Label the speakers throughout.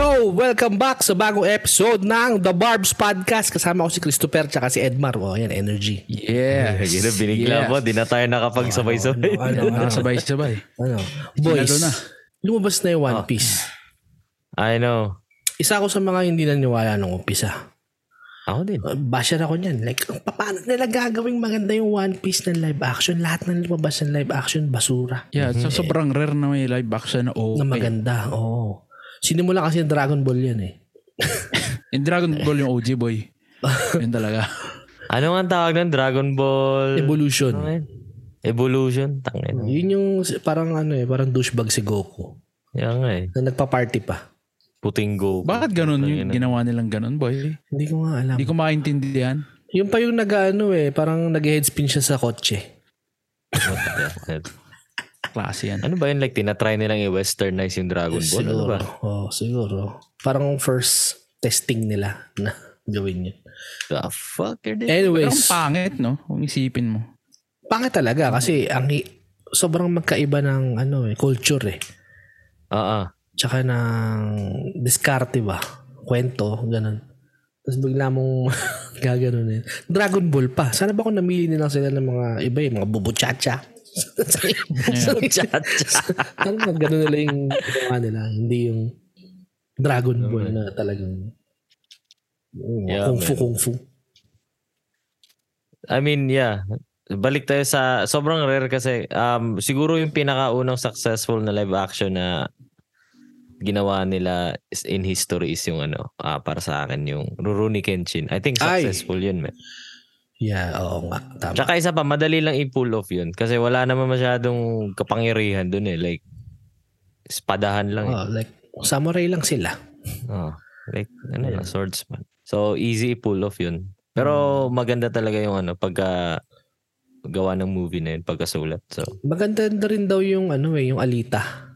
Speaker 1: Welcome back sa bagong episode ng The Barbs Podcast. Kasama ko si Christopher tsaka si Edmar. O, oh, yan, energy.
Speaker 2: Yes.
Speaker 3: Yes. Yun ang binigla
Speaker 2: yes. Ah,
Speaker 3: mo. Di na tayo nakapagsabay-sabay.
Speaker 1: Ano, ano,
Speaker 2: Nakasabay-sabay.
Speaker 1: ano. Boys,
Speaker 2: Sinalo na. Ah.
Speaker 1: lumabas na yung One Piece.
Speaker 3: I know.
Speaker 1: Isa ako sa mga hindi naniwala nung umpisa.
Speaker 3: Ako din.
Speaker 1: Uh, Basher ako niyan. Like, ang pa- paano nila gagawing maganda yung One Piece ng live action? Lahat ng lumabas ng live action, basura.
Speaker 2: Yeah, so sobrang rare na may live action na
Speaker 1: Na
Speaker 2: okay.
Speaker 1: maganda, oo. Sinimula kasi yung Dragon Ball yan eh.
Speaker 2: In Dragon Ball yung OG boy. Yun talaga.
Speaker 3: Ano nga ang tawag nun? Dragon Ball? Ano
Speaker 1: Evolution.
Speaker 3: yun? Evolution? Tangin.
Speaker 1: Yun yung parang ano eh, parang douchebag si Goku.
Speaker 3: Yan nga eh.
Speaker 1: Na nagpa-party pa.
Speaker 3: Puting go.
Speaker 2: Bakit ganun yung ginawa nilang ganun boy?
Speaker 1: Hindi ko nga alam.
Speaker 2: Hindi ko maintindihan.
Speaker 1: Yung pa yung nag-ano eh, parang nag-headspin siya sa kotse.
Speaker 2: Klase yan.
Speaker 3: ano ba yun? Like, tinatry nilang i-westernize yung Dragon Ball? Ano ba?
Speaker 2: diba?
Speaker 1: Siguro. Oh, siguro. Parang first testing nila na gawin yun.
Speaker 3: The fuck? You're dead.
Speaker 2: Pero ang
Speaker 1: Anyways,
Speaker 2: pangit no, kung isipin mo.
Speaker 1: pangit talaga kasi ang i- sobrang magkaiba ng ano eh, culture eh.
Speaker 3: Ah, ah.
Speaker 1: Tsaka ng diskarte ba? Kwento, ganun. Tapos bigla mong gaganunin. Dragon Ball pa. Sana ba kung namili nila sila ng mga iba eh, mga bubuchacha?
Speaker 3: Chacha.
Speaker 1: Sana ba ganun nila yung ginawa nila. Hindi yung Dragon Ball na talagang oh,
Speaker 3: Yeah,
Speaker 1: kung fu
Speaker 3: man.
Speaker 1: kung fu.
Speaker 3: I mean, yeah. Balik tayo sa sobrang rare kasi um siguro yung pinakaunang successful na live action na ginawa nila is- in history is yung ano, ah, para sa akin yung Rurouni Kenshin. I think
Speaker 1: Ay.
Speaker 3: successful yun, man.
Speaker 1: Yeah, oo nga. Tama.
Speaker 3: Tsaka isa pa, madali lang i-pull off yun kasi wala naman masyadong kapangyarihan dun eh. Like, espadahan lang. eh.
Speaker 1: Oh, like, samurai lang sila.
Speaker 3: Oh, like, ano lang, swordsman. So, easy i-pull off yun. Pero maganda talaga yung ano, pagka gawa ng movie na yun, pagkasulat. So,
Speaker 1: Maganda na rin daw yung ano eh, yung Alita.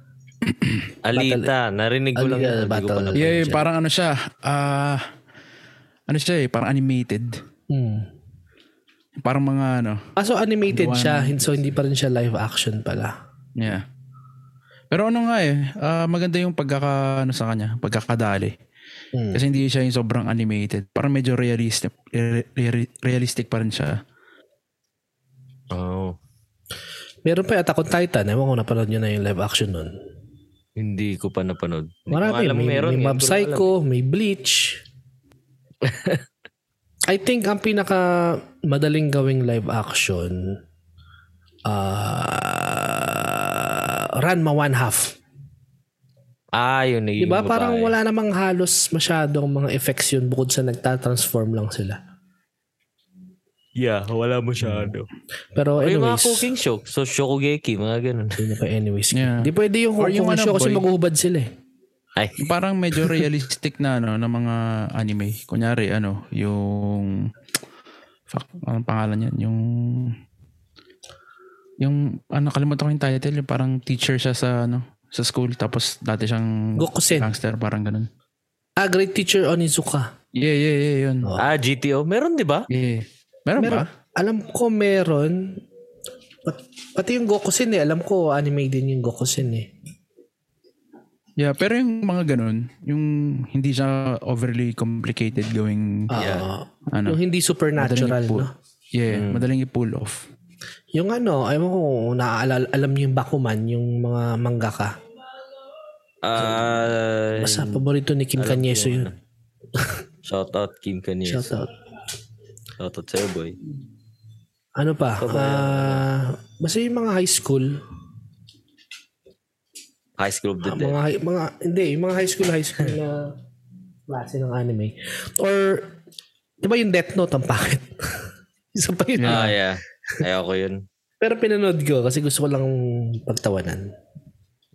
Speaker 3: Alita, narinig ko lang
Speaker 1: Alita,
Speaker 3: yun. hindi ko pa
Speaker 1: Battle-
Speaker 3: napanood
Speaker 2: Yeah,
Speaker 3: siya.
Speaker 2: parang ano siya, ah ano siya eh, parang animated.
Speaker 1: Hmm.
Speaker 2: Parang mga ano,
Speaker 1: Ah, so animated
Speaker 2: Gawa
Speaker 1: siya, hin- so hindi pa rin siya live action pala.
Speaker 2: yeah. Pero ano nga eh, ah, maganda yung pagkaka ano sa kanya, pagkakadali.
Speaker 1: Hmm.
Speaker 2: Kasi hindi siya yung sobrang animated. Parang medyo realistic, re- re- realistic pa rin siya.
Speaker 3: Oh,
Speaker 1: Meron pa yung Attack on Titan. Ewan ko napanood nyo na yung live action nun.
Speaker 3: hindi ko pa napanood. Hindi ko
Speaker 1: Marami.
Speaker 3: alam
Speaker 1: may,
Speaker 3: meron,
Speaker 1: may
Speaker 3: eh.
Speaker 1: Mob
Speaker 3: Hindi ko alam.
Speaker 1: Psycho, may Bleach. I think ang pinaka madaling gawing live action uh, Ranma One Half.
Speaker 3: Ah, yun. nagiging
Speaker 1: Diba? Parang
Speaker 3: babae.
Speaker 1: wala namang halos masyadong mga effects yun bukod sa nagtatransform lang sila.
Speaker 3: Yeah, wala masyado.
Speaker 1: Pero
Speaker 3: Anyways. Yung mga
Speaker 1: anyways,
Speaker 3: cooking show. So, Shokugeki, mga ganun.
Speaker 1: yun ako anyways.
Speaker 2: Yeah.
Speaker 1: Di pwede yung
Speaker 2: Or
Speaker 1: kung
Speaker 2: yung
Speaker 1: yung
Speaker 2: ano,
Speaker 1: show kasi
Speaker 2: boy.
Speaker 1: maguhubad sila eh.
Speaker 3: Ay,
Speaker 2: Parang medyo realistic na ano, ng mga anime. Kunyari ano, yung fuck, anong pangalan yan? Yung yung ano, kalimutan ko yung title. Yung parang teacher siya sa ano, sa school. Tapos dati siyang
Speaker 1: Gokusen.
Speaker 2: gangster, parang ganun.
Speaker 1: Ah, Great Teacher Onizuka.
Speaker 2: Yeah, yeah, yeah, yun.
Speaker 1: Oh.
Speaker 3: ah, GTO. Meron, di ba?
Speaker 2: Yeah. Meron,
Speaker 1: Meron.
Speaker 2: ba?
Speaker 1: Alam ko meron. Pat- pati yung Gokusen eh. Alam ko anime din yung Gokusen eh.
Speaker 2: Yeah, pero yung mga ganun, yung hindi siya overly complicated going
Speaker 1: Ah,
Speaker 2: ano.
Speaker 1: Yung hindi supernatural,
Speaker 2: Madaling ipu-
Speaker 1: no?
Speaker 2: Yeah, madaling i-pull off.
Speaker 1: Yung ano, ayaw ko, naaalala, alam niyo yung Bakuman, yung mga mangaka.
Speaker 3: Ah,
Speaker 1: Basta paborito ni Kim Kanyeso yun.
Speaker 2: ano.
Speaker 3: shout out Kim Kanye.
Speaker 1: Shout out.
Speaker 3: Shout out sa'yo, boy.
Speaker 1: Ano pa? Ah, basta yung mga high school,
Speaker 3: High School of the
Speaker 1: Ah,
Speaker 3: Dead.
Speaker 1: mga mga hindi, yung mga high school high school na klase ng anime. Or 'di ba yung Death Note ang pangit? Isa pa yun.
Speaker 3: Ah, yeah. Ayoko yun.
Speaker 1: Pero pinanood ko kasi gusto ko lang pagtawanan.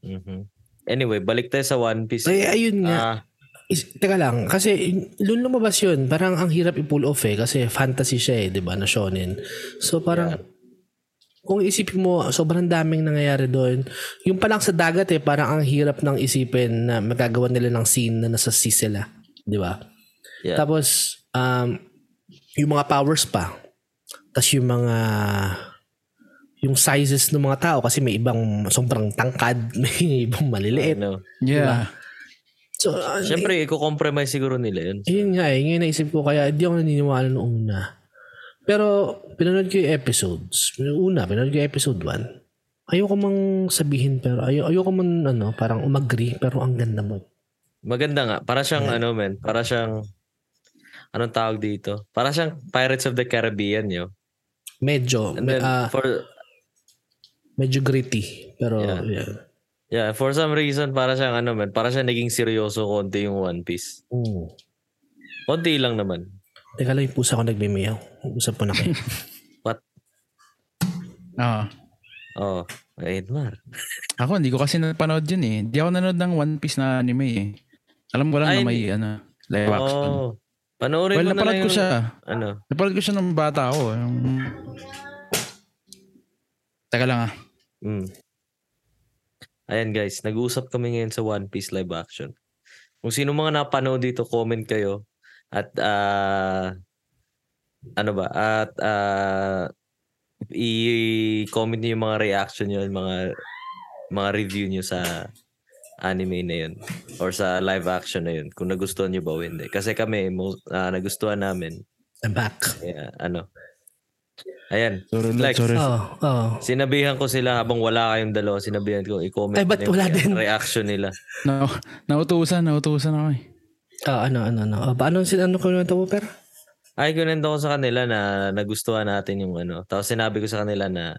Speaker 3: Mhm. Anyway, balik tayo sa One Piece.
Speaker 1: Ay, eh, ayun nga.
Speaker 3: Ah,
Speaker 1: Is, teka lang, kasi noon lumabas yun, parang ang hirap i-pull off eh, kasi fantasy siya eh, di ba, na shonen. So parang, kung isipin mo, sobrang daming nangyayari doon. Yung palang sa dagat eh, parang ang hirap ng isipin na magagawa nila ng scene na nasa sea sila. Di ba?
Speaker 3: yeah.
Speaker 1: Tapos, um, yung mga powers pa. Tapos yung mga yung sizes ng mga tao kasi may ibang sobrang tangkad, may ibang maliliit.
Speaker 3: Ano?
Speaker 2: Yeah.
Speaker 1: So, ah,
Speaker 3: Siyempre, i-compromise siguro nila yun.
Speaker 1: Yun nga eh, ngayon naisip ko kaya di ako naniniwala noong una. Pero pinanood ko yung episodes. Una, pinanood ko yung episode 1. Ayoko mang sabihin pero ayo ayoko man ano, parang umagree pero ang ganda mo.
Speaker 3: Maganda nga. Para siyang
Speaker 2: Mm.
Speaker 3: ano men, para siyang anong tawag dito? Para siyang Pirates of the Caribbean yo.
Speaker 1: Medyo
Speaker 3: And then
Speaker 1: ah,
Speaker 3: for
Speaker 1: medyo gritty pero
Speaker 3: Yeah.
Speaker 1: yeah.
Speaker 3: yeah, for some reason para siyang ano men, para siyang naging seryoso konti yung One Piece.
Speaker 1: Mm.
Speaker 3: Konti lang naman.
Speaker 1: Teka lang yung pusa ko nagmimiyaw. Usap po na kayo.
Speaker 2: Ah.
Speaker 3: Oh, Edmar.
Speaker 2: Ako, hindi ko kasi napanood yun eh. Hindi ako nanood ng One Piece na anime eh. Alam ko lang
Speaker 3: Ay,
Speaker 2: na may ano, live action.
Speaker 3: Oh. Panoorin
Speaker 2: well,
Speaker 3: mo na lang
Speaker 2: napanood ko
Speaker 3: yung-
Speaker 2: siya.
Speaker 3: Ano?
Speaker 2: Napanood ko siya nung bata ako. Yung... Teka lang ah.
Speaker 3: Mm. Ayan guys, nag-uusap kami ngayon sa One Piece live action. Kung sino mga napanood dito, comment kayo. At ah ano ba? At ah i-comment niyo yung mga reaction niyo, yung mga mga review niyo sa anime na yun or sa live action na yun kung nagustuhan niyo ba o hindi. Kasi kami mo, ah, nagustuhan namin.
Speaker 1: I'm back.
Speaker 3: Kaya ano. Ayan.
Speaker 2: Sorry,
Speaker 3: Lex. sorry.
Speaker 1: Oh, oh.
Speaker 3: Sinabihan ko sila habang wala kayong dalawa, sinabihan ko i-comment
Speaker 1: Ay, ba't
Speaker 3: na yung
Speaker 1: wala din?
Speaker 3: reaction nila.
Speaker 2: Na, nautusan, nautusan ako eh.
Speaker 1: Ah, ano, ano, ano. Ah, paano, sin- ano ko naman ito mo, pero?
Speaker 3: Ay, kinento ko sa kanila na nagustuhan natin yung ano. Tapos sinabi ko sa kanila na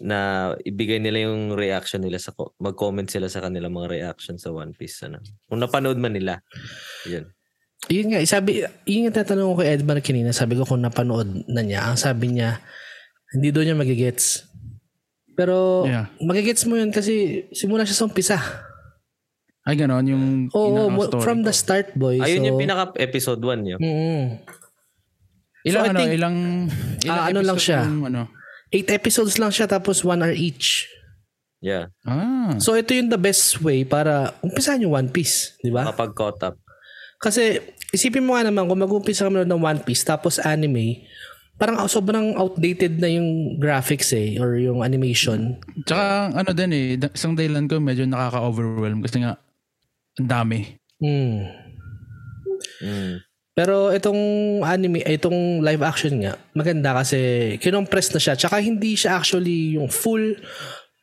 Speaker 3: na ibigay nila yung reaction nila sa ko- mag-comment sila sa kanila mga reaction sa One Piece ano. Kung napanood man nila. Yun.
Speaker 1: Yun nga, sabi, yun yung tatanong ko kay Edmar kanina, sabi ko kung napanood na niya, ang sabi niya, hindi daw niya magigets. Pero,
Speaker 2: Yeah.
Speaker 1: magigets mo yun kasi simula siya sa umpisa.
Speaker 2: Ay, ganon. Yung
Speaker 1: Oo,
Speaker 2: pinaka
Speaker 1: mo-
Speaker 2: story
Speaker 1: from
Speaker 2: ko.
Speaker 1: the start, boy.
Speaker 3: Ayun
Speaker 1: so,
Speaker 3: yung pinaka episode 1 yun.
Speaker 1: Mm-mm.
Speaker 2: Ilang
Speaker 1: So, I
Speaker 2: ano,
Speaker 1: think-
Speaker 2: ilang... ilang
Speaker 1: Ah, ano lang
Speaker 2: episode
Speaker 1: siya.
Speaker 2: yung ano?
Speaker 1: Eight episodes lang siya, tapos one hour each.
Speaker 3: Yeah.
Speaker 2: Ah.
Speaker 1: So, ito yung the best way para umpisahan yung One Piece, di ba?
Speaker 3: Kapag caught up.
Speaker 1: Kasi, isipin mo nga naman, kung mag-umpisa ka manood ng One Piece, tapos anime, parang ah, sobrang outdated na yung graphics eh, or yung animation.
Speaker 2: Tsaka ano din eh, da- isang Thailand ko medyo nakaka-overwhelm kasi nga ang dami.
Speaker 1: Mm.
Speaker 3: Mm.
Speaker 1: Pero itong anime, eh, itong live action nga, maganda kasi kinompress na siya. Tsaka hindi siya actually yung full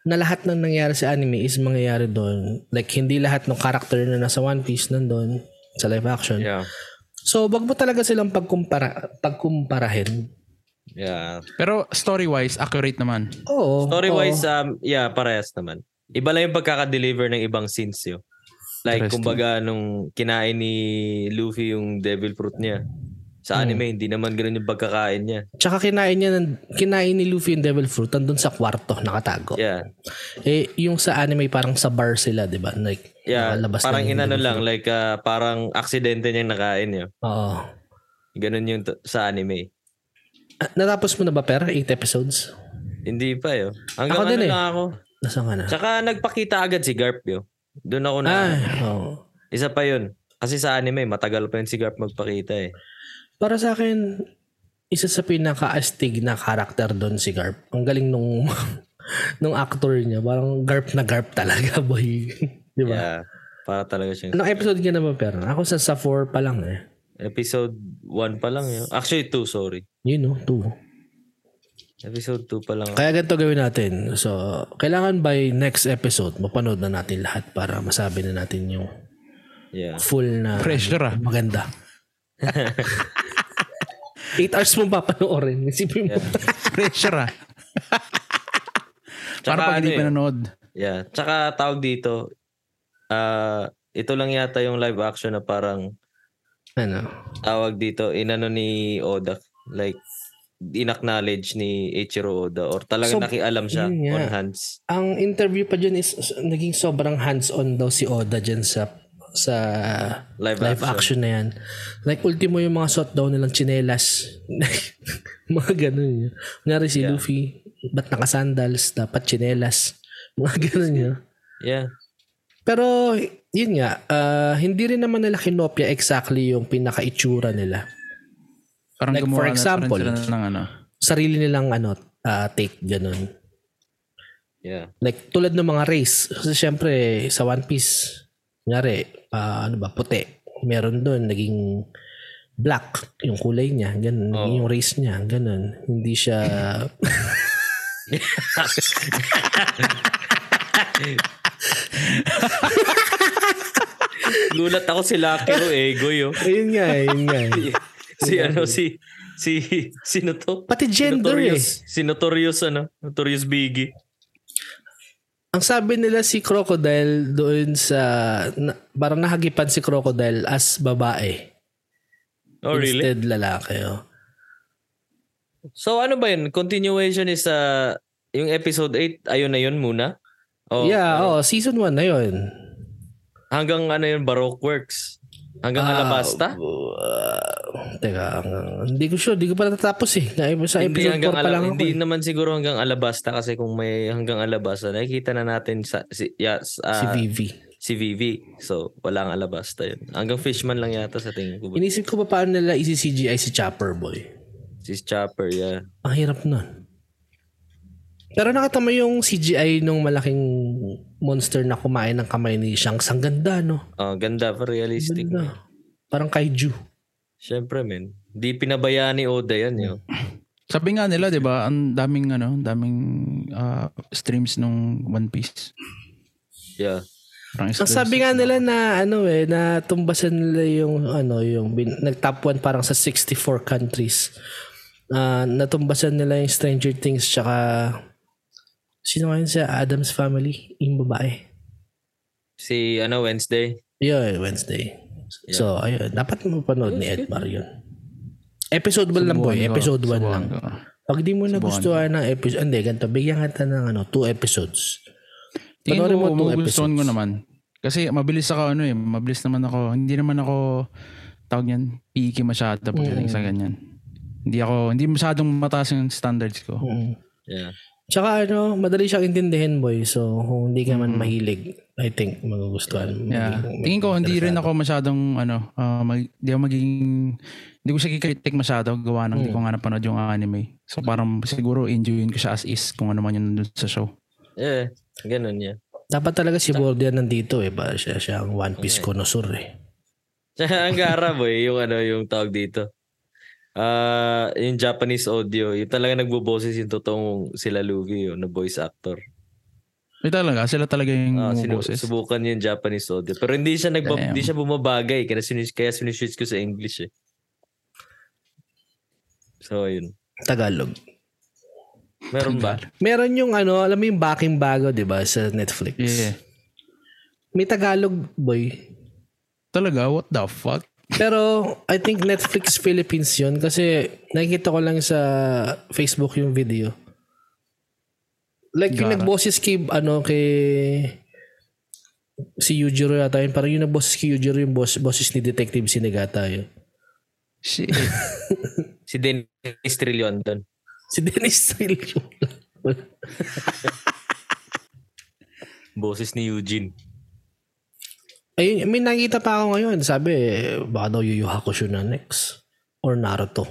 Speaker 1: na lahat ng nangyari sa anime is mangyayari doon. Like, hindi lahat ng character na nasa One Piece nandun sa live action.
Speaker 3: Yeah.
Speaker 1: So, wag mo talaga silang pagkumpara, pagkumparahin.
Speaker 3: Yeah.
Speaker 2: Pero story-wise, accurate naman.
Speaker 1: Oo.
Speaker 3: Story-wise,
Speaker 1: oo.
Speaker 3: um, yeah, parehas naman. Iba lang yung pagkakadeliver ng ibang scenes yun. Like,
Speaker 2: Interesting.
Speaker 3: kumbaga, nung kinain ni Luffy yung devil fruit niya. Sa
Speaker 1: Hmm.
Speaker 3: anime, hindi naman ganun yung pagkakain niya.
Speaker 1: Tsaka kinain niya, ng- kinain ni Luffy yung Devil Fruit, nandun sa kwarto, nakatago.
Speaker 3: Yeah.
Speaker 1: Eh, yung sa anime, parang sa bar sila, di ba? Like,
Speaker 3: Yeah.
Speaker 1: nakalabas na
Speaker 3: parang
Speaker 1: yung
Speaker 3: inano
Speaker 1: Devil
Speaker 3: lang,
Speaker 1: Fruit.
Speaker 3: like, ah, parang aksidente niya yung nakain yun.
Speaker 1: Oo.
Speaker 3: Ganun yung t- sa anime.
Speaker 1: Ah, Natapos mo na ba, Per? 8 episodes?
Speaker 3: Hindi pa yun. Hanggang
Speaker 1: Ako
Speaker 3: ano
Speaker 1: din eh.
Speaker 3: lang ako.
Speaker 1: Nasaan ka na?
Speaker 3: Tsaka nagpakita agad si Garp yun. Doon ako na.
Speaker 1: Ah, oo.
Speaker 3: Isa pa yun. Kasi sa anime, matagal pa yun si Garp magpakita eh.
Speaker 1: Para sa akin, isa sa pinaka-astig na karakter doon si Garp. Ang galing nung nung actor niya. Parang Garp na Garp talaga, boy. Di ba?
Speaker 3: Yeah. Para talaga siyang
Speaker 1: Anong episode ka na ba, Per? Ako sa, sa 4 pa lang eh.
Speaker 3: Episode 1 pa lang yun. Actually, 2, sorry.
Speaker 1: Yun, no? 2.
Speaker 3: Episode 2 pa lang.
Speaker 1: Kaya ganito gawin natin. So, kailangan by next episode, mapanood na natin lahat para masabi na natin yung
Speaker 3: Yeah.
Speaker 1: full na
Speaker 2: Pressure ah.
Speaker 1: maganda. 8 hours mo papanoorin. Isipin mo.
Speaker 2: Pressure ah.
Speaker 3: Tsaka
Speaker 2: Para pag hindi
Speaker 3: ano eh.
Speaker 2: pinanood.
Speaker 3: Yeah. Tsaka tawag dito, ah ito lang yata yung live action na parang
Speaker 1: Ano?
Speaker 3: tawag dito, inano ni Oda. Like, in-acknowledge ni Ichiro Oda or talagang
Speaker 1: So,
Speaker 3: nakialam siya
Speaker 1: yun nga.
Speaker 3: on hands.
Speaker 1: ang interview pa dyan is s- naging sobrang hands-on daw si Oda dyan sa sa
Speaker 3: Live
Speaker 1: live action. na yan. Like, ultimo yung mga shot daw nilang chinelas. mga ganun yun. Ngari si
Speaker 3: Yeah.
Speaker 1: Luffy, ba't nakasandals, dapat chinelas. Mga ganun yun.
Speaker 3: Yeah.
Speaker 1: Pero, yun nga, ah, hindi rin naman nila kinopya exactly yung pinaka-itsura nila.
Speaker 2: Parang
Speaker 1: Like,
Speaker 2: gumawa
Speaker 1: for
Speaker 2: na-
Speaker 1: example.
Speaker 2: parang sila ng ano.
Speaker 1: Sarili nilang ano, ah, take, ganun.
Speaker 3: Yeah.
Speaker 1: Like, tulad ng mga race. Kasi syempre, sa One Piece, Kunyari, ah, ano ba, puti. Meron doon, naging black yung kulay niya, ganun. Naging
Speaker 3: Oo.
Speaker 1: yung race niya, ganun. Hindi siya...
Speaker 3: Gulat ako si Lucky Ro eh, Goyo.
Speaker 1: Ayun nga, eh, yun nga. eh.
Speaker 3: Si ano, si, si, sino to?
Speaker 1: Pati gender eh.
Speaker 3: Notorious, si Notorious, ano? Notorious Biggie.
Speaker 1: Ang sabi nila si Crocodile doon sa... Na, parang nahagipan si Crocodile as babae.
Speaker 3: Oh, really?
Speaker 1: Instead lalaki. Oh.
Speaker 3: So, ano ba yun? Continuation is, uh, yung episode 8, ayun na yun muna? O
Speaker 1: yeah, oh, season 1 na yun.
Speaker 3: Hanggang ano yun, Baroque Works? Hanggang
Speaker 1: Ah,
Speaker 3: Alabasta?
Speaker 1: uh, teka, ang- hindi ko sure. Hindi ko pa natatapos eh. Na, sa
Speaker 3: hindi
Speaker 1: episode 4
Speaker 3: hanggang
Speaker 1: pa
Speaker 3: ala,
Speaker 1: lang ako.
Speaker 3: hindi
Speaker 1: eh.
Speaker 3: naman siguro hanggang alabasta kasi kung may hanggang alabasta nakikita na natin sa si yeah, s-
Speaker 1: si
Speaker 3: ah,
Speaker 1: Vivi.
Speaker 3: si Vivi. So wala ang alabasta yun. Hanggang fishman lang yata sa tingin ko.
Speaker 1: Inisip ko pa paano nila isi-CGI si Chopper Boy.
Speaker 3: Si Chopper, yeah.
Speaker 1: Ang hirap nun. Pero nakatama yung CGI nung malaking monster na kumain ng kamay ni Shanks. Ang ganda, no?
Speaker 3: Oh, ganda pa realistic.
Speaker 1: Ganda. Parang kaiju.
Speaker 3: Siyempre, men. Di pinabayaan ni Oda yan, yo.
Speaker 2: Sabi nga nila, 'di ba, ang daming ano, ang daming ah, streams nung One Piece.
Speaker 3: Yeah.
Speaker 2: Parang
Speaker 1: Ang sabi nga nila na ano eh, na tumbasan nila yung ano, yung bin, nag-top 1 parang sa 64 countries. Ah, natumbasan nila yung Stranger Things tsaka sino nga yun sa Adam's Family? Yung babae.
Speaker 3: Si ano Wednesday.
Speaker 1: Yun, Wednesday. So, ayun. Dapat mapanood ni Edmar yun. Episode 1 lang po. eh. Episode 1 lang. Pag di mo nagustuhan ng episode, hindi, ganito. Bigyan kita ng ano, two episodes.
Speaker 2: Tingin
Speaker 1: Panoorin mo
Speaker 2: ko,
Speaker 1: two
Speaker 2: magugustuhan ko
Speaker 1: episodes.
Speaker 2: naman. Kasi mabilis ako ano eh, mabilis naman ako. Hindi naman ako tawag niyan, picky masyado pagdating
Speaker 1: Mm.
Speaker 2: sa ganyan. Hindi ako, hindi masyadong mataas yung standards ko.
Speaker 1: Mm.
Speaker 3: Yeah.
Speaker 1: Tsaka ano, madali siyang intindihin, boy. So, kung hindi ka man mahilig, I think magugustuhan. mo.
Speaker 2: Yeah.
Speaker 1: Magiging-
Speaker 2: Tingin ko hindi rin ako masyadong ano, ah, mag, hindi ako magiging hindi ko siya kikritik masyado gawa ng hindi ko nga napanood yung anime. So parang siguro enjoyin ko siya as is kung ano man yung nandun sa show.
Speaker 3: Yeah. Ganun, yeah.
Speaker 1: Dapat talaga si Bordian nandito eh. Para siya, siya ang One Piece connoisseur eh.
Speaker 3: Tsaka ang gara boy, yung ano, yung tawag dito. Ah, yung Japanese audio, yung talaga nagboboses yung totoong sila Luffy, yun, na voice actor.
Speaker 2: Eh talaga, sila talaga yung
Speaker 3: Ah,
Speaker 2: mga
Speaker 3: sinu-
Speaker 2: Mm, boses.
Speaker 3: subukan yung Japanese audio. Pero hindi siya nagba-
Speaker 2: Damn.
Speaker 3: hindi siya bumabagay kaya sinis kaya siniswitch ko sa English eh. So ayun.
Speaker 1: Tagalog.
Speaker 3: Meron ba?
Speaker 1: Meron yung ano, alam mo yung backing bago, di ba, sa Netflix.
Speaker 2: Yeah.
Speaker 1: May Tagalog, boy.
Speaker 2: Talaga, what the fuck?
Speaker 1: Pero I think Netflix Philippines yun kasi nakikita ko lang sa Facebook yung video. Like yung
Speaker 2: Gara.
Speaker 1: nagboses kay ano kay si Yujiro yata yun. Parang yung nagboses kay Yujiro yung boss, boses ni Detective Sinigata yun.
Speaker 2: Shit.
Speaker 3: Si Dennis Trillion doon.
Speaker 1: Si Dennis Trillo.
Speaker 3: Boses ni Eugene.
Speaker 1: Ayun, may nakita pa ako ngayon. Sabi, eh, baka daw Yu Yu Hakusho na next. Or Naruto.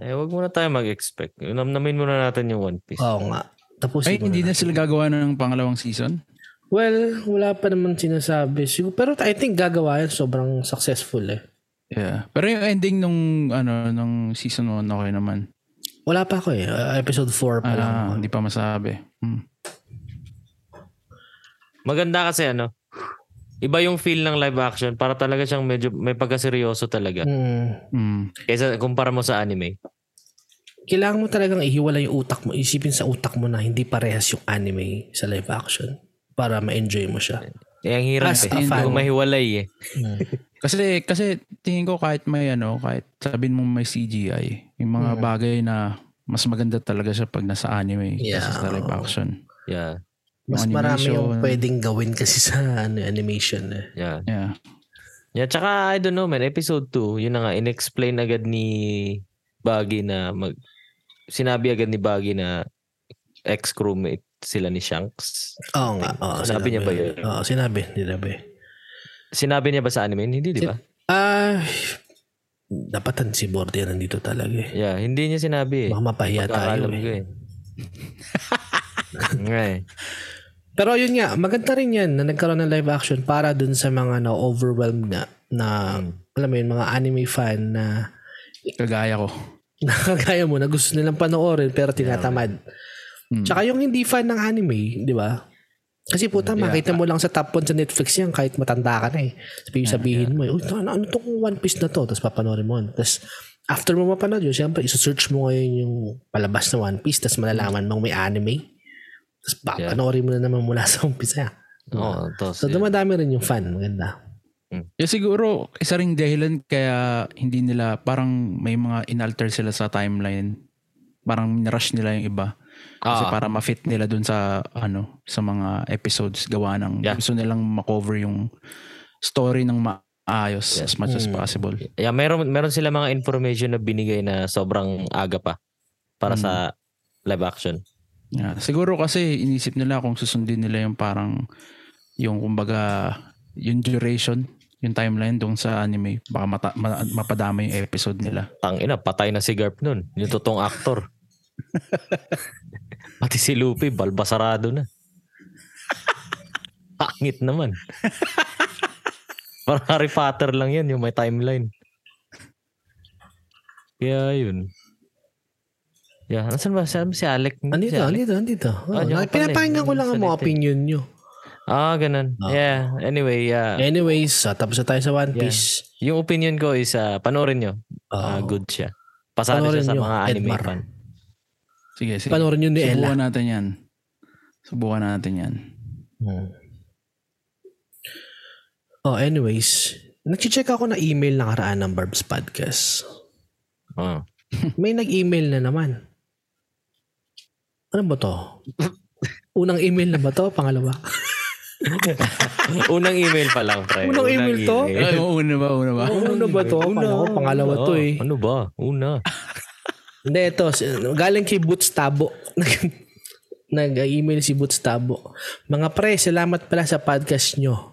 Speaker 3: Eh, wag muna tayo mag-expect. Namnamin muna natin yung One Piece.
Speaker 1: Oo nga. Tapos
Speaker 2: Ay, hindi na sila gagawa ng pangalawang season?
Speaker 1: Well, wala pa naman sinasabi. Siguro, pero I think gagawa yan. Sobrang successful eh.
Speaker 2: Yeah. Pero yung ending nung ano nung season 1 okay naman.
Speaker 1: Wala pa ako eh. Uh, episode 4 pa lang.
Speaker 2: Ah, hindi pa masabi. Hmm.
Speaker 3: Maganda kasi ano, iba yung feel ng live action para talaga siyang medyo may pagkaseryoso talaga
Speaker 1: Mm.
Speaker 2: Hmm.
Speaker 3: kaysa kumpara mo sa anime.
Speaker 1: Kailangan mo talagang ihiwalay yung utak mo. Isipin sa utak mo na hindi parehas yung anime sa live action para ma-enjoy mo siya.
Speaker 2: Mm.
Speaker 3: Eh, ang hirap
Speaker 1: As
Speaker 3: eh.
Speaker 1: a
Speaker 3: Hindi
Speaker 1: fan.
Speaker 3: ko mahiwalay eh.
Speaker 1: Mm.
Speaker 2: Kasi kasi tingin ko kahit may ano, kahit sabihin mo may CGI, yung mga bagay na mas maganda talaga siya pag nasa anime
Speaker 1: Yeah.
Speaker 2: kasi sa live action.
Speaker 3: Yeah,
Speaker 1: Mas
Speaker 2: Yung
Speaker 1: marami
Speaker 2: animation.
Speaker 1: yung pwedeng gawin kasi sa ano, animation eh.
Speaker 3: yeah.
Speaker 2: Yeah.
Speaker 3: Yeah, tsaka I don't know man, episode 2, yun na nga, inexplain agad ni Baggy na mag... Sinabi agad ni Baggy na ex-crewmate sila ni Shanks.
Speaker 1: Oo nga. Oo,
Speaker 3: Sabi niya ba yun?
Speaker 1: Oo, sinabi. Sinabi.
Speaker 3: Sinabi niya ba sa anime? Hindi, di ba?
Speaker 1: Ah, dapatan si Bordia nandito talaga eh.
Speaker 3: Yeah, hindi niya sinabi eh.
Speaker 1: Baka mapahiya tayo
Speaker 3: Kakaalam
Speaker 1: eh.
Speaker 3: ko eh. Nga eh.
Speaker 1: Pero yun nga, maganda rin yan na nagkaroon ng live action para dun sa mga na overwhelmed na, na alam mo yun, mga anime fan na
Speaker 2: Kagaya ko.
Speaker 1: nakagaya mo na gusto nilang panoorin pero tinatamad.
Speaker 2: Mm.
Speaker 1: Tsaka yung hindi fan ng anime, di ba? Kasi puta,
Speaker 2: Yeah.
Speaker 1: makita mo lang sa top 1 sa Netflix yan kahit matanda ka na eh. Sabihin, sabihin mo, eh, uy, ano, ano tong One Piece na to? Tapos papanoorin mo. yun. Tapos after mo mapanood yun, syempre, isesearch mo ngayon yung palabas na One Piece tapos malalaman mong may anime. Tapos papanoorin mo na naman mula sa umpisa.
Speaker 3: Oo, tos,
Speaker 1: So,
Speaker 3: yun.
Speaker 1: dumadami rin yung fan. Maganda.
Speaker 2: Yung siguro, isa ring dahilan kaya hindi nila, parang may mga inalter sila sa timeline. Parang rush nila yung iba. Kasi
Speaker 3: Ah.
Speaker 2: para ma-fit nila dun sa, ano, sa mga episodes gawa ng,
Speaker 3: Yeah.
Speaker 2: gusto nilang makover yung story ng maayos as much as possible.
Speaker 3: Yeah, meron meron sila mga information na binigay na sobrang aga pa para sa
Speaker 1: Hmm.
Speaker 3: live action.
Speaker 2: Yeah. Siguro kasi inisip nila kung susundin nila yung parang yung kumbaga yung duration, yung timeline dong sa anime, baka mata- ma- mapadama yung episode nila.
Speaker 3: Tang ina, patay na si Garp nun. Yung totoong actor. Pati si Luffy, balbasarado na. Pangit naman. Parang Harry Potter lang yan, yung may timeline. Kaya yun. Yeah, nasan ba? Saan ba si Alec?
Speaker 1: Andito,
Speaker 3: si Alec?
Speaker 1: andito, andito. Oh,
Speaker 3: Ah, diyan ka pala eh.
Speaker 1: pinapakinggan ko lang ang mga
Speaker 3: Salita.
Speaker 1: opinion nyo.
Speaker 3: Ah, ganun. Yeah, anyway, yeah.
Speaker 1: Anyways, ah, tapos na tayo sa One Piece.
Speaker 3: Yung opinion ko is ah, panoorin nyo. Ah,
Speaker 1: Oh.
Speaker 3: good siya. Pasado
Speaker 1: Panoorin
Speaker 3: siya sa
Speaker 1: nyo,
Speaker 3: mga anime
Speaker 1: Edmar.
Speaker 3: fan.
Speaker 2: Sige, sige.
Speaker 1: Panoorin yun ni Ella.
Speaker 2: Subukan natin yan. Subukan natin yan.
Speaker 1: Hmm. Oh, anyways, nag-check ako ng email na karaan ng Barb's Podcast.
Speaker 3: Oh.
Speaker 1: May nag-email na naman. Ano ba to? Unang email na ba to? Pangalawa?
Speaker 3: Unang email pa lang, pre.
Speaker 1: Unang email to?
Speaker 2: Ay, una ba? Una ba?
Speaker 1: Ano ba to? Akala ko pangalawa to
Speaker 3: Oo.
Speaker 1: eh.
Speaker 3: Ano ba? Una.
Speaker 1: Hindi, ito. si- Galing kay Boots Tabo. Nag-email si Boots Tabo. Mga pre, salamat pala sa podcast nyo.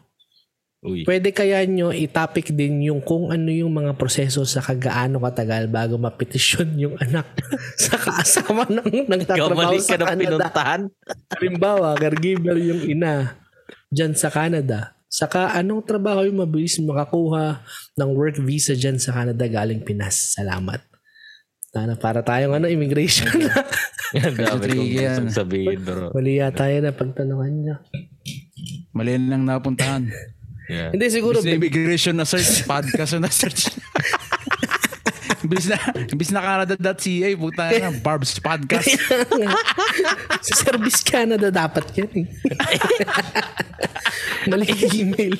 Speaker 3: Uy.
Speaker 1: Pwede kaya nyo i-topic din yung kung ano yung mga proseso sa kagaano katagal bago mapetisyon yung anak sa kaasawa ng nagtatrabaho
Speaker 3: Kamali ka
Speaker 1: sa
Speaker 3: ng
Speaker 1: Canada.
Speaker 3: pinuntahan.
Speaker 1: Halimbawa, caregiver yung ina dyan sa Canada. Saka anong trabaho yung mabilis makakuha ng work visa dyan sa Canada galing Pinas? Salamat. Sana para tayong ano, immigration na.
Speaker 3: Grabe kung
Speaker 2: Trigger.
Speaker 3: gusto sabihin, bro.
Speaker 1: Mali yata yun ang pagtanungan niya.
Speaker 2: Mali lang napuntahan.
Speaker 3: Yeah.
Speaker 1: Hindi, siguro.
Speaker 2: Imbis na immigration na search, podcast na search. Imbis na, imbis na Canada.ca, puta na, Barb's Podcast.
Speaker 1: sa Service Canada dapat yan eh. Mali yung email.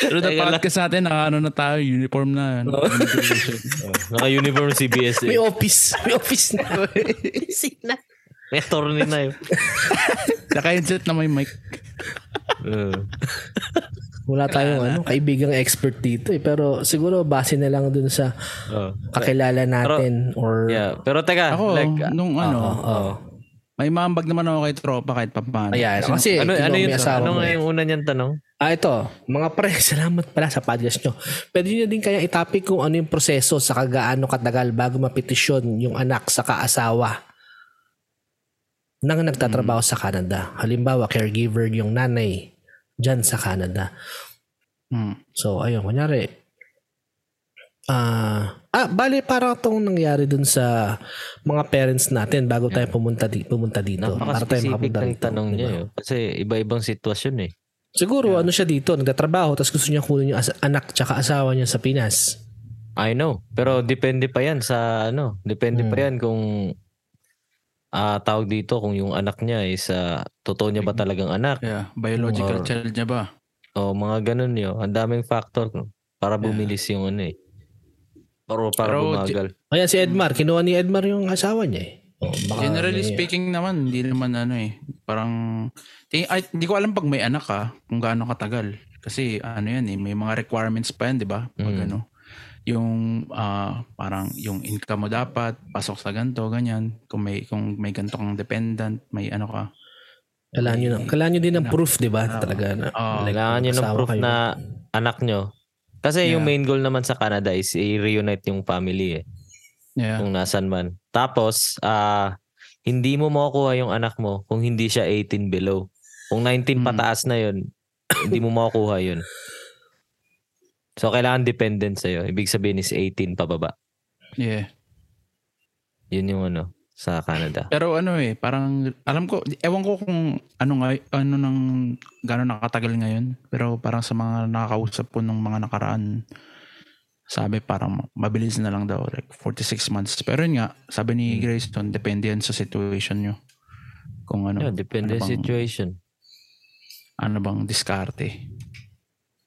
Speaker 2: Pero na
Speaker 3: Teka lang.
Speaker 2: podcast natin, naka ano na tayo, uniform na. Ano, immigration.
Speaker 3: Oh, Naka-uniform CBS
Speaker 1: May
Speaker 3: eh.
Speaker 1: office. May office na.
Speaker 3: May Eh, attorney na yun.
Speaker 2: Naka-headset na may mic.
Speaker 3: Uh,
Speaker 1: Wala tayong ano, kaibigang expert dito eh. Pero siguro base na lang dun sa
Speaker 3: oh.
Speaker 1: kakilala natin or
Speaker 3: Yeah. Pero teka,
Speaker 2: Ako,
Speaker 3: Ah, like,
Speaker 2: nung ano,
Speaker 1: Oo.
Speaker 2: may maambag naman ako kay tropa kahit papaano.
Speaker 1: Ayan. Kasi,
Speaker 3: ano,
Speaker 1: you know, eh,
Speaker 3: ano,
Speaker 1: may
Speaker 3: yun,
Speaker 1: asawa
Speaker 3: ano
Speaker 1: ko
Speaker 3: nga
Speaker 1: eh.
Speaker 3: yung una niyang tanong?
Speaker 1: Ah, ito. Mga pre, salamat pala sa podcast nyo. Pwede nyo din kaya itapik kung ano yung proseso sa kagaano katagal bago mapetisyon yung anak sa kaasawa nang nagtatrabaho sa Canada. Halimbawa, caregiver yung nanay dyan sa Canada.
Speaker 2: Hmm.
Speaker 1: So, ayun, kunyari, ah, ah, bali, parang itong nangyari dun sa mga parents natin bago tayo pumunta, di, pumunta dito. Para tayo
Speaker 3: Napaka-specific
Speaker 1: makapunta
Speaker 3: ng
Speaker 1: dito,
Speaker 3: tanong
Speaker 1: di
Speaker 3: niya
Speaker 1: ba?
Speaker 3: eh. yun. Kasi iba-ibang sitwasyon eh.
Speaker 1: Siguro ano siya dito, nagtatrabaho tapos gusto niya kunin yung as- anak tsaka asawa niya sa Pinas.
Speaker 3: I know.
Speaker 2: Hmm.
Speaker 3: Pero depende pa yan sa ano. Depende pa yan kung ah tawag dito kung yung anak niya is ah, totoo niya
Speaker 2: Hmm.
Speaker 3: ba talagang anak
Speaker 2: Yeah, biological
Speaker 3: Or-
Speaker 2: child niya ba?
Speaker 3: o mga ganun yun. Ang daming factor para bumilis yung ano eh. Pero para
Speaker 2: Pero,
Speaker 3: bumagal.
Speaker 1: Ayan si Edmar,
Speaker 3: Hmm.
Speaker 1: kinuha ni Edmar yung asawa niya eh. Oh, baka
Speaker 2: Generally
Speaker 1: ano yun.
Speaker 2: speaking naman, hindi naman ano eh. Parang, ti- ay, hindi ko alam pag may anak ka, kung gaano katagal. Kasi ano yan eh, may mga requirements pa yan, di ba? Pag
Speaker 3: Mm.
Speaker 2: ano, yung ah, parang yung income mo dapat, pasok sa ganto, ganyan. Kung may, kung may ganto kang dependent, may ano ka.
Speaker 1: Kailangan niyo ng kailangan niyo din ng proof, 'di ba? Talaga na. like,
Speaker 2: Oo,
Speaker 3: Ah, Kailangan nyo ng
Speaker 1: asawa
Speaker 3: proof
Speaker 1: kayo.
Speaker 3: na anak nyo. Kasi yung
Speaker 2: Yeah.
Speaker 3: main goal naman sa Canada is i-reunite yung family eh.
Speaker 2: Yeah.
Speaker 3: Kung nasan man. Tapos, ah hindi mo makukuha yung anak mo kung hindi siya 18 below. Kung 19
Speaker 2: Mm.
Speaker 3: pataas na yun, hindi mo makukuha yun. So, kailangan dependent sa'yo. Ibig sabihin is 18 pababa.
Speaker 2: Yeah.
Speaker 3: Yun yung ano, sa Canada.
Speaker 2: Pero ano eh, parang alam ko, ewan ko kung ano nga, ano nang gaano nakatagal ngayon. Pero parang sa mga nakakausap ko nung mga nakaraan, sabi parang mabilis na lang daw, like 46 months. Pero yun nga, sabi ni
Speaker 3: Hmm.
Speaker 2: Grayson, depende yan sa situation nyo. Kung ano,
Speaker 3: Yeah, depende
Speaker 2: ano bang-
Speaker 3: situation.
Speaker 2: ano bang diskarte.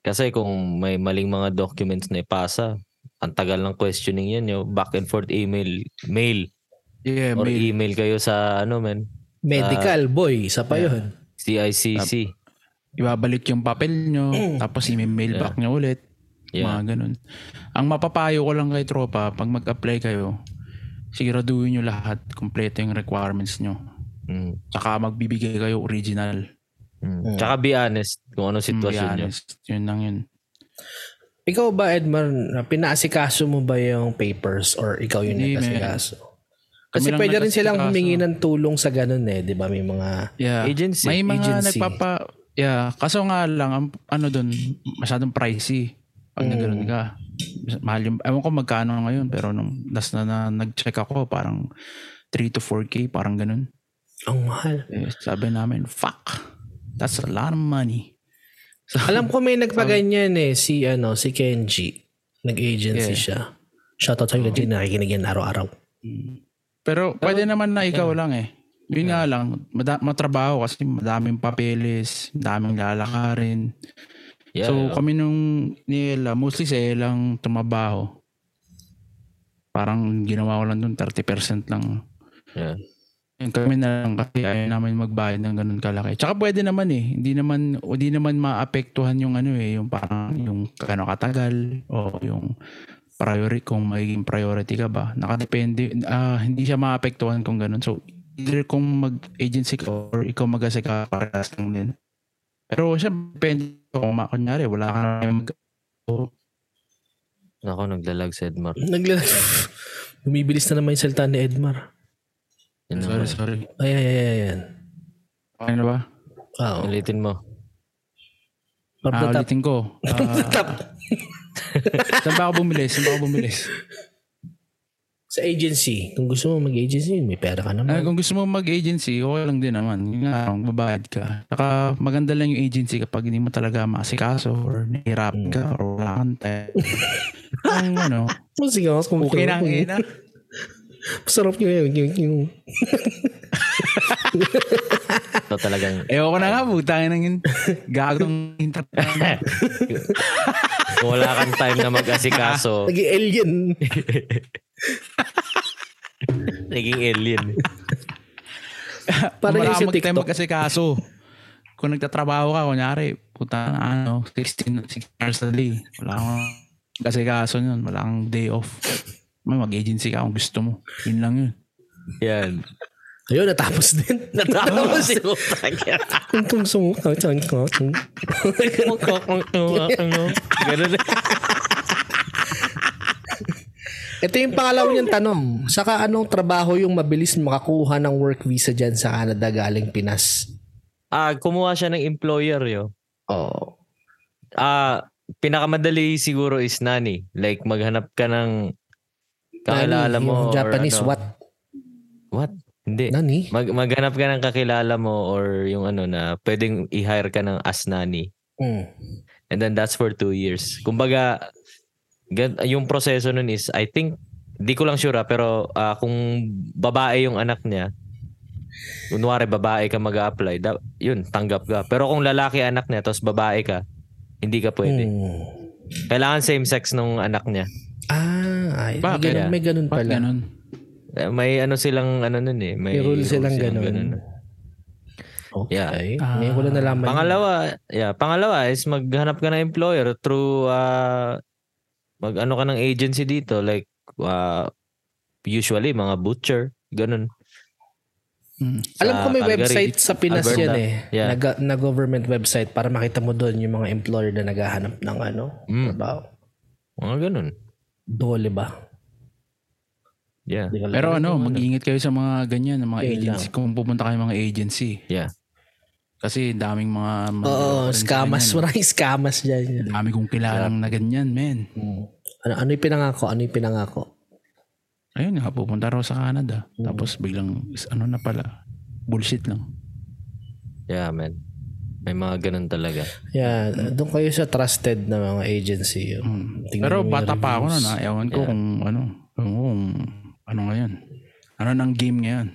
Speaker 3: Kasi kung may maling mga documents na ipasa, ang tagal ng questioning yun, yung back and forth email, mail,
Speaker 2: Yeah,
Speaker 3: or
Speaker 2: may,
Speaker 3: email kayo sa, ano men, ah,
Speaker 1: Medical, boy. Isa pa yun.
Speaker 3: CICC.
Speaker 2: ibabalik yung papel nyo, tapos i-mail back nyo ulit.
Speaker 3: Yeah.
Speaker 2: Mga ganun. Ang mapapayo ko lang kay tropa, pag mag-apply kayo, siguraduhin nyo lahat, kompleto yung requirements nyo.
Speaker 3: Mm.
Speaker 2: Tsaka magbibigay kayo original.
Speaker 3: Mm.
Speaker 1: Mm.
Speaker 3: Tsaka be honest kung ano
Speaker 2: To be
Speaker 3: sitwasyon nyo.
Speaker 2: honest, Yun lang yun.
Speaker 1: Ikaw ba, Edmar, pinaasikaso mo ba yung papers or ikaw yung
Speaker 2: Hindi, man.
Speaker 1: nagkasikaso? Kasi
Speaker 2: lang
Speaker 1: pwede rin silang
Speaker 2: nagkasikaso.
Speaker 1: humingi ng tulong sa ganun eh, di ba? May mga...
Speaker 2: Yeah.
Speaker 3: Agency.
Speaker 2: May mga
Speaker 1: agency.
Speaker 2: nagpapa... Yeah. Kaso nga lang, ang, ano dun, masyadong pricey. Pag na ganun ka. Mahal yung... Ewan ko magkano ngayon, pero nung last na, na nag-check ako, parang 3 to 4K, parang ganun.
Speaker 1: Ang mahal.
Speaker 2: Eh, sabi namin, fuck. That's a lot of money. So,
Speaker 1: Alam ko may nagpaganyan eh, si, ano, si Kenji. Nag-agency siya. Shoutout sa'yo, Kenji, nakikinig yan araw-araw.
Speaker 2: Pero pwede naman na ikaw lang eh. Yun nga lang, mada- matrabaho kasi madaming papeles, daming lalakarin.
Speaker 3: Yeah.
Speaker 2: so kami nung ni Ella, mostly si Ella ang tumabaho. Parang ginawa ko lang dun, 30% lang.
Speaker 3: yeah.
Speaker 2: Yun, kami na lang kasi ayaw namin magbayad ng ganun kalaki. Tsaka pwede naman eh, hindi naman, o di naman maapektuhan yung ano eh, yung parang yung kano katagal o yung priority, kung magiging priority ka ba. Nakadepende, ah, hindi siya maapektuhan kung ganun. So, either kung mag-agency ka or ikaw mag-asika, parehas lang din. Pero siya, depende kung ma- kunyari, wala ka na mag
Speaker 3: Ako naglalag sa Edmar.
Speaker 1: Naglalag. Bumibilis na naman yung salita ni Edmar.
Speaker 3: Yan
Speaker 2: Sorry,
Speaker 3: naman.
Speaker 2: sorry.
Speaker 1: Ay, ay, ay, ay, ayan.
Speaker 2: Okay na Ano ba?
Speaker 1: Oo.
Speaker 3: Ulitin mo.
Speaker 1: From the
Speaker 2: Ah,
Speaker 1: top.
Speaker 2: ulitin ko.
Speaker 1: From the
Speaker 2: Ah,
Speaker 1: top.
Speaker 2: Saan ba ako bumilis? Saan ba ako bumilis?
Speaker 1: Sa agency. Kung gusto mo mag-agency, may pera ka
Speaker 2: Ah,
Speaker 1: naman.
Speaker 2: kung gusto mo mag-agency, okay lang din naman. Yung nga, kung babayad ka. Saka maganda lang yung agency kapag hindi mo talaga maasikaso or nahihirapan ka or wala kang time. Ang ano,
Speaker 1: Kung sigaw, kung
Speaker 2: okay eh. na, okay na.
Speaker 1: Sarap yun, yun, yun, yun.
Speaker 3: Ito talagang
Speaker 2: Ewan ko na nga, butangin ng yun. Gagong internet.
Speaker 3: kung wala kang time na mag-asikaso,
Speaker 1: Nag-alien.
Speaker 3: naging alien.
Speaker 1: Parang
Speaker 2: Parang
Speaker 1: yung sa
Speaker 2: yung
Speaker 1: TikTok.
Speaker 2: TikTok. Kasi kaso, kung nagtatrabaho ka, kunyari, puta na ano, 16, 16 hours a day. Wala kang kasi kaso yun, wala kang day off. May Mag-agency ka kung gusto mo. Yun lang yun.
Speaker 3: Yan.
Speaker 1: Ayun, natapos din.
Speaker 3: Natapos yung
Speaker 1: Kung gusto mo, kung gusto mo.
Speaker 3: Ganun.
Speaker 1: Ito yung pangalawa niyang tanong. Saka anong trabaho yung mabilis makakuha ng work visa dyan sa Canada galing Pinas?
Speaker 3: Ah, kumuha siya ng employer yo.
Speaker 1: Oh.
Speaker 3: Ah, pinakamadali siguro is nani. Like maghanap ka ng kakilala
Speaker 1: Nani, yung
Speaker 3: mo. or
Speaker 1: Japanese,
Speaker 3: ano.
Speaker 1: what?
Speaker 3: What? Hindi.
Speaker 1: Nani?
Speaker 3: Mag maghanap ka ng kakilala mo or yung ano na pwedeng i-hire ka ng as nani.
Speaker 1: Mm.
Speaker 3: And then that's for two years. Kumbaga, gan- yung proseso nun is, I think, di ko lang sure ah, pero ah, kung babae yung anak niya, kunwari babae ka mag apply da- yun, tanggap ka. Pero kung lalaki anak niya, tapos babae ka, hindi ka pwede.
Speaker 1: Mm.
Speaker 3: Kailangan same sex nung anak niya.
Speaker 1: Ah, ay, may
Speaker 2: Bakit?
Speaker 1: ganun, may ganun
Speaker 2: Ba't
Speaker 1: pala.
Speaker 2: ganun?
Speaker 3: Eh, May ano silang ano nun eh. May,
Speaker 1: May rule silang ganun.
Speaker 3: Yeah.
Speaker 1: Okay.
Speaker 2: Ah.
Speaker 1: Ngayon ko lang nalaman.
Speaker 3: Pangalawa, yeah, pangalawa is maghanap ka ng employer through uh, mag ano ka ng agency dito like ah, usually mga butcher, ganun.
Speaker 2: Mm.
Speaker 1: Alam ko may
Speaker 3: Ah, Calgary,
Speaker 1: website sa Pinas
Speaker 3: Alberta.
Speaker 1: yan eh.
Speaker 3: Yeah.
Speaker 1: Na, ga- na government website para makita mo doon yung mga employer na naghahanap ng ano,
Speaker 3: Mm,
Speaker 1: trabaho.
Speaker 3: mga ganun.
Speaker 1: Dole ba?
Speaker 3: Yeah.
Speaker 1: Hindi ka lang-
Speaker 2: Pero ano, mag-ingat kayo sa mga ganyan, ng mga
Speaker 1: Yun
Speaker 2: agency. Kung pupunta kayo mga agency.
Speaker 3: Yeah.
Speaker 2: Kasi daming mga... mga
Speaker 1: Oo,
Speaker 2: reference
Speaker 1: scammers.
Speaker 2: ganyan.
Speaker 1: Maraming scammers dyan.
Speaker 2: Dami kong kilalang na ganyan, men.
Speaker 1: Mm. Ano, ano yung pinangako? Ano yung pinangako?
Speaker 2: Ayun nga, pupunta raw sa Canada.
Speaker 1: Mm.
Speaker 2: Tapos biglang, is- ano na pala, bullshit lang.
Speaker 3: Yeah, man. May mga ganun talaga.
Speaker 1: Yeah, doon kayo sa trusted na mga agency.
Speaker 2: Mm.
Speaker 1: Tingnan
Speaker 2: Pero
Speaker 1: mo yung
Speaker 2: bata pa ako
Speaker 1: reviews.
Speaker 2: noon, ah. ewan ko
Speaker 3: Yeah.
Speaker 2: kung ano, kung, kung ano ngayon. Ano ng game ngayon?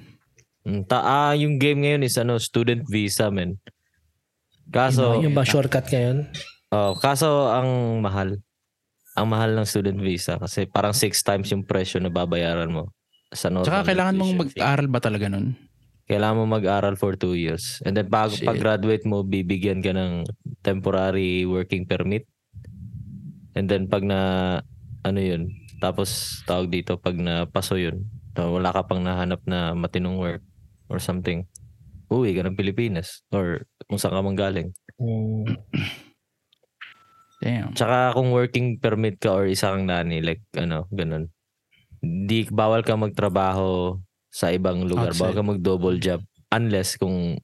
Speaker 3: Mm, Ta ah, yung game ngayon is ano, student visa, man.
Speaker 1: So,
Speaker 3: Kaso,
Speaker 1: yung ba shortcut ngayon?
Speaker 3: oh, kaso ang mahal. Ang mahal ng student visa kasi parang six times yung presyo na babayaran mo sa
Speaker 1: Oh,
Speaker 3: normal
Speaker 2: Tsaka kailangan mong
Speaker 3: tuition fee.
Speaker 2: mag-aral ba talaga nun?
Speaker 3: Kailangan mo mag-aral for two years. And then pag,
Speaker 2: Shit.
Speaker 3: pag-graduate mo, bibigyan ka ng temporary working permit. And then pag na, ano yun, tapos tawag dito, pag napaso yun, so wala ka pang nahanap na matinong work or something, uwi ka ng Pilipinas or kung saan ka mang galing.
Speaker 1: Mm.
Speaker 2: Damn.
Speaker 3: Tsaka kung working permit ka or isa kang nani, like ano, ganun. Di, bawal ka magtrabaho sa ibang lugar.
Speaker 2: Outside.
Speaker 3: Bawal ka mag-double job unless kung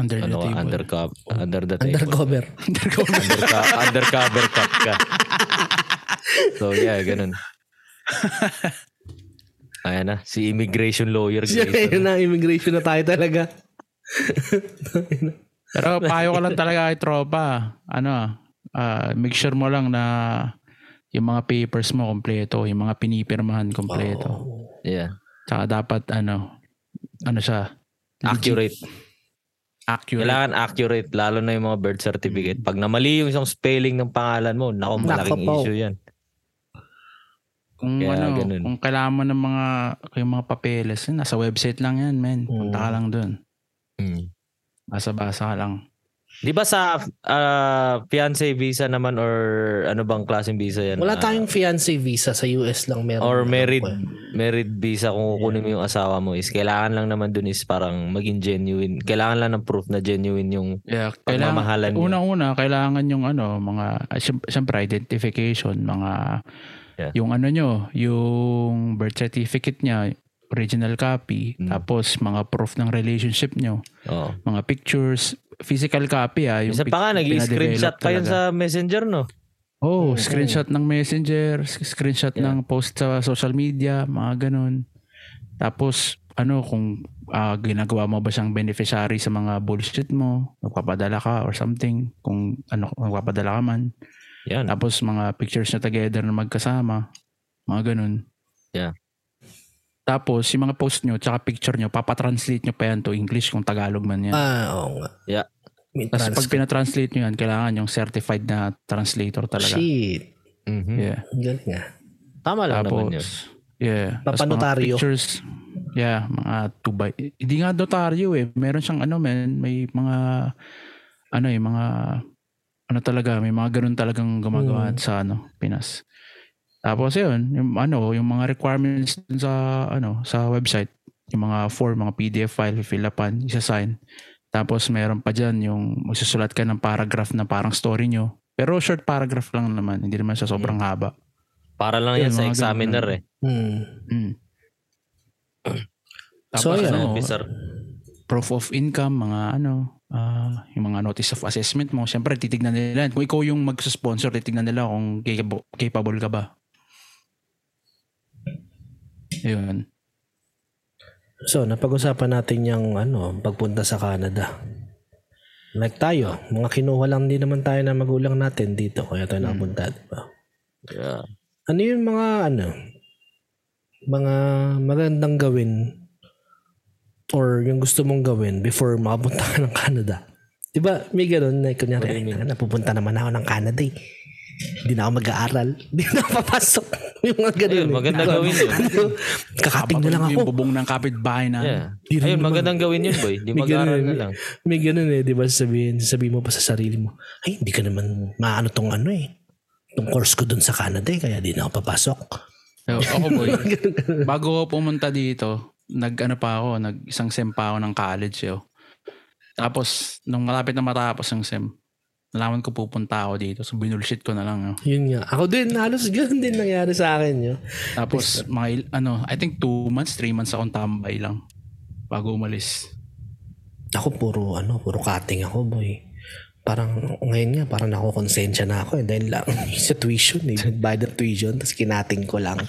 Speaker 2: Under the
Speaker 3: ano ka,
Speaker 2: table.
Speaker 3: undercover,
Speaker 1: Oh.
Speaker 3: under the table.
Speaker 1: Undercover.
Speaker 2: Undercover.
Speaker 3: Underco- undercover cop ka. So yeah, ganun. Ayan na, si immigration lawyer.
Speaker 1: Siya
Speaker 3: Grayson.
Speaker 1: yun na, immigration na tayo talaga.
Speaker 2: Pero payo ko lang talaga kay tropa. Ano, ah, make sure mo lang na yung mga papers mo kompleto, yung mga pinipirmahan kompleto.
Speaker 1: Oo.
Speaker 3: Yeah,
Speaker 2: Tsaka dapat ano, ano siya, legit,
Speaker 3: accurate.
Speaker 2: accurate.
Speaker 3: Kailangan accurate, lalo na yung mga birth certificate. Pag namali yung isang spelling ng pangalan mo, nako,
Speaker 1: Nako
Speaker 3: malaking
Speaker 1: po.
Speaker 3: issue yan.
Speaker 2: Kung
Speaker 3: Kaya
Speaker 2: ano,
Speaker 3: ganun.
Speaker 2: kung kailangan mo ng mga yung mga papeles, yun, nasa website lang yan, men. Punta ka lang doon.
Speaker 1: Hmm.
Speaker 2: Basa-basa ka lang.
Speaker 3: Di ba sa ah, fiancé visa naman or ano bang klaseng visa yan?
Speaker 1: Wala
Speaker 3: Ah,
Speaker 1: tayong fiancé visa sa US lang meron.
Speaker 3: Or married
Speaker 1: Ano po eh.
Speaker 3: married visa kung kukunin mo yung asawa mo is kailangan lang naman dun is parang maging genuine. Kailangan lang ng proof na genuine yung
Speaker 2: Yeah,
Speaker 3: Pagmamahalan
Speaker 2: kailangan,
Speaker 3: yun.
Speaker 2: una-una, kailangan yung ano, mga, ah, syem- syempre, identification, mga,
Speaker 3: Yeah.
Speaker 2: yung ano nyo, yung birth certificate niya, original copy,
Speaker 3: Mm.
Speaker 2: tapos mga proof ng relationship nyo,
Speaker 3: oh.
Speaker 2: mga pictures, physical copy ah.
Speaker 3: Isa
Speaker 2: pic-
Speaker 3: pa nga,
Speaker 2: pinadevelop
Speaker 3: nag-screenshot pa yun
Speaker 2: talaga.
Speaker 3: sa messenger, no?
Speaker 2: Oh,
Speaker 1: Mm,
Speaker 2: screenshot ng messenger, sc- screenshot
Speaker 3: Yeah.
Speaker 2: ng post sa social media, mga ganun. Tapos, ano, kung ah, ginagawa mo ba siyang beneficiary sa mga bullshit mo, magpapadala ka or something, kung ano, magpapadala ka man.
Speaker 3: Yan.
Speaker 2: Tapos, mga pictures na together na magkasama, mga ganun.
Speaker 3: Yeah.
Speaker 2: Tapos, yung mga post nyo, tsaka picture nyo, papatranslate nyo pa yan to English kung Tagalog man yan.
Speaker 1: Ah, oo nga.
Speaker 3: Yeah.
Speaker 1: May
Speaker 2: Tapos
Speaker 1: trans-
Speaker 2: pag pinatranslate nyo yan, kailangan yung certified na translator talaga.
Speaker 1: Shit.
Speaker 3: Mhm.
Speaker 2: Yeah.
Speaker 1: Ang Galing ah.
Speaker 3: Tama lang naman yun.
Speaker 2: Tapos, yeah. Tapos mga
Speaker 1: Papanotaryo.
Speaker 2: pictures, yeah, mga tubay. Hindi nga notaryo eh. Meron siyang ano men, may mga, ano eh, mga, ano talaga, may mga ganun talagang gumagawa
Speaker 1: Hmm.
Speaker 2: sa ano, Pinas. Tapos yun, yung ano, yung mga requirements dun sa ano, sa website, yung mga form, mga PDF file, fill upan, isa-sign. Tapos meron pa dyan yung magsusulat ka ng paragraph na parang story nyo. Pero short paragraph lang naman, hindi naman siya sobrang haba.
Speaker 3: Para lang yan
Speaker 2: Yun,
Speaker 3: sa
Speaker 2: mga
Speaker 3: examiner
Speaker 2: ganun.
Speaker 3: eh.
Speaker 1: Hmm.
Speaker 2: Mm.
Speaker 1: So,
Speaker 2: Tapos
Speaker 1: ayun.
Speaker 2: ano,
Speaker 3: Officer.
Speaker 2: proof of income, mga ano, ah, yung mga notice of assessment mo. Siyempre, titignan nila. yan. Kung ikaw yung mag-sponsor, titignan nila kung capable, capable ka ba. Ayun.
Speaker 1: So, napag-usapan natin yung ano, pagpunta sa Canada. Like tayo, mga kinuha lang din naman tayo na magulang natin dito. Kaya
Speaker 3: Hmm.
Speaker 1: tayo nakapunta, di ba?
Speaker 3: Yeah.
Speaker 1: Ano yung mga ano, mga magandang gawin or yung gusto mong gawin before makapunta ka ng Canada? Di ba may ganun na kunyari, ay, napupunta naman ako ng Canada eh. Hindi na ako mag-aaral. Hindi na ako papasok. yung mga ganun.
Speaker 3: Ayun,
Speaker 1: eh.
Speaker 3: maganda
Speaker 1: Ano,
Speaker 3: gawin yun.
Speaker 1: ano, Kakating na lang
Speaker 2: Papatuloy mo
Speaker 1: ako.
Speaker 2: Yung bubong ng kapitbahay na.
Speaker 3: Yeah.
Speaker 1: Di rin
Speaker 3: Ayun,
Speaker 1: naman.
Speaker 3: magandang gawin yun, boy. Di
Speaker 1: May
Speaker 3: mag-aral
Speaker 1: ganun, eh,
Speaker 3: na
Speaker 1: may-
Speaker 3: lang.
Speaker 1: May ganun eh, di ba? Sabihin, sabihin mo pa sa sarili mo, ay, hindi ka naman maano tong ano eh. Tong course ko dun sa Canada eh, kaya di na ako papasok.
Speaker 2: So, ako boy, bago ako pumunta dito, nag ano pa ako, nag isang sem pa ako ng college yo. Tapos, nung malapit na matapos ang sem, nalaman ko pupunta ako dito. So, binulshit ko na lang. No?
Speaker 1: Yun nga. Ako din, halos ganun din nangyari sa akin. Yo.
Speaker 2: Tapos, mga, il- ano, I think two months, three months akong tambay lang bago umalis.
Speaker 1: Ako puro, ano, puro cutting ako, boy. Parang ngayon nga, parang nakukonsensya na ako eh, dahil lang sa tuition eh. By the tuition, tapos kinating ko lang.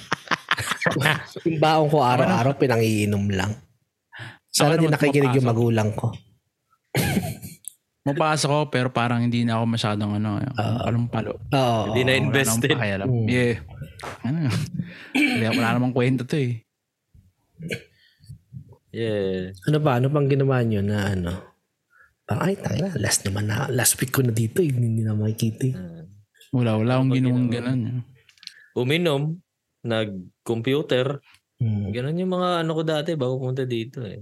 Speaker 1: yung baon ko araw-araw, pinangiinom lang. Sana din
Speaker 2: Ako naman
Speaker 1: nakikinig yung
Speaker 2: pumapasok.
Speaker 1: magulang ko.
Speaker 2: Mapasa ko pero parang hindi na ako masyadong ano,
Speaker 1: Ah.
Speaker 2: anong palo.
Speaker 1: Oo.
Speaker 3: Hindi na invested.
Speaker 2: Wala na
Speaker 1: Mm.
Speaker 2: Yeah. Ano? Wala, wala namang kwento to eh.
Speaker 3: Yeah.
Speaker 1: Ano pa? Ano pang ginawa nyo na ano? Parang, ay, tangina, last naman na, last week ko na dito, eh, hindi na makikita. eh.
Speaker 2: Wala, wala akong ginawang ganun.
Speaker 3: Uminom, nag-computer.
Speaker 1: Hmm.
Speaker 3: Ganun yung mga ano ko dati bago pumunta dito eh.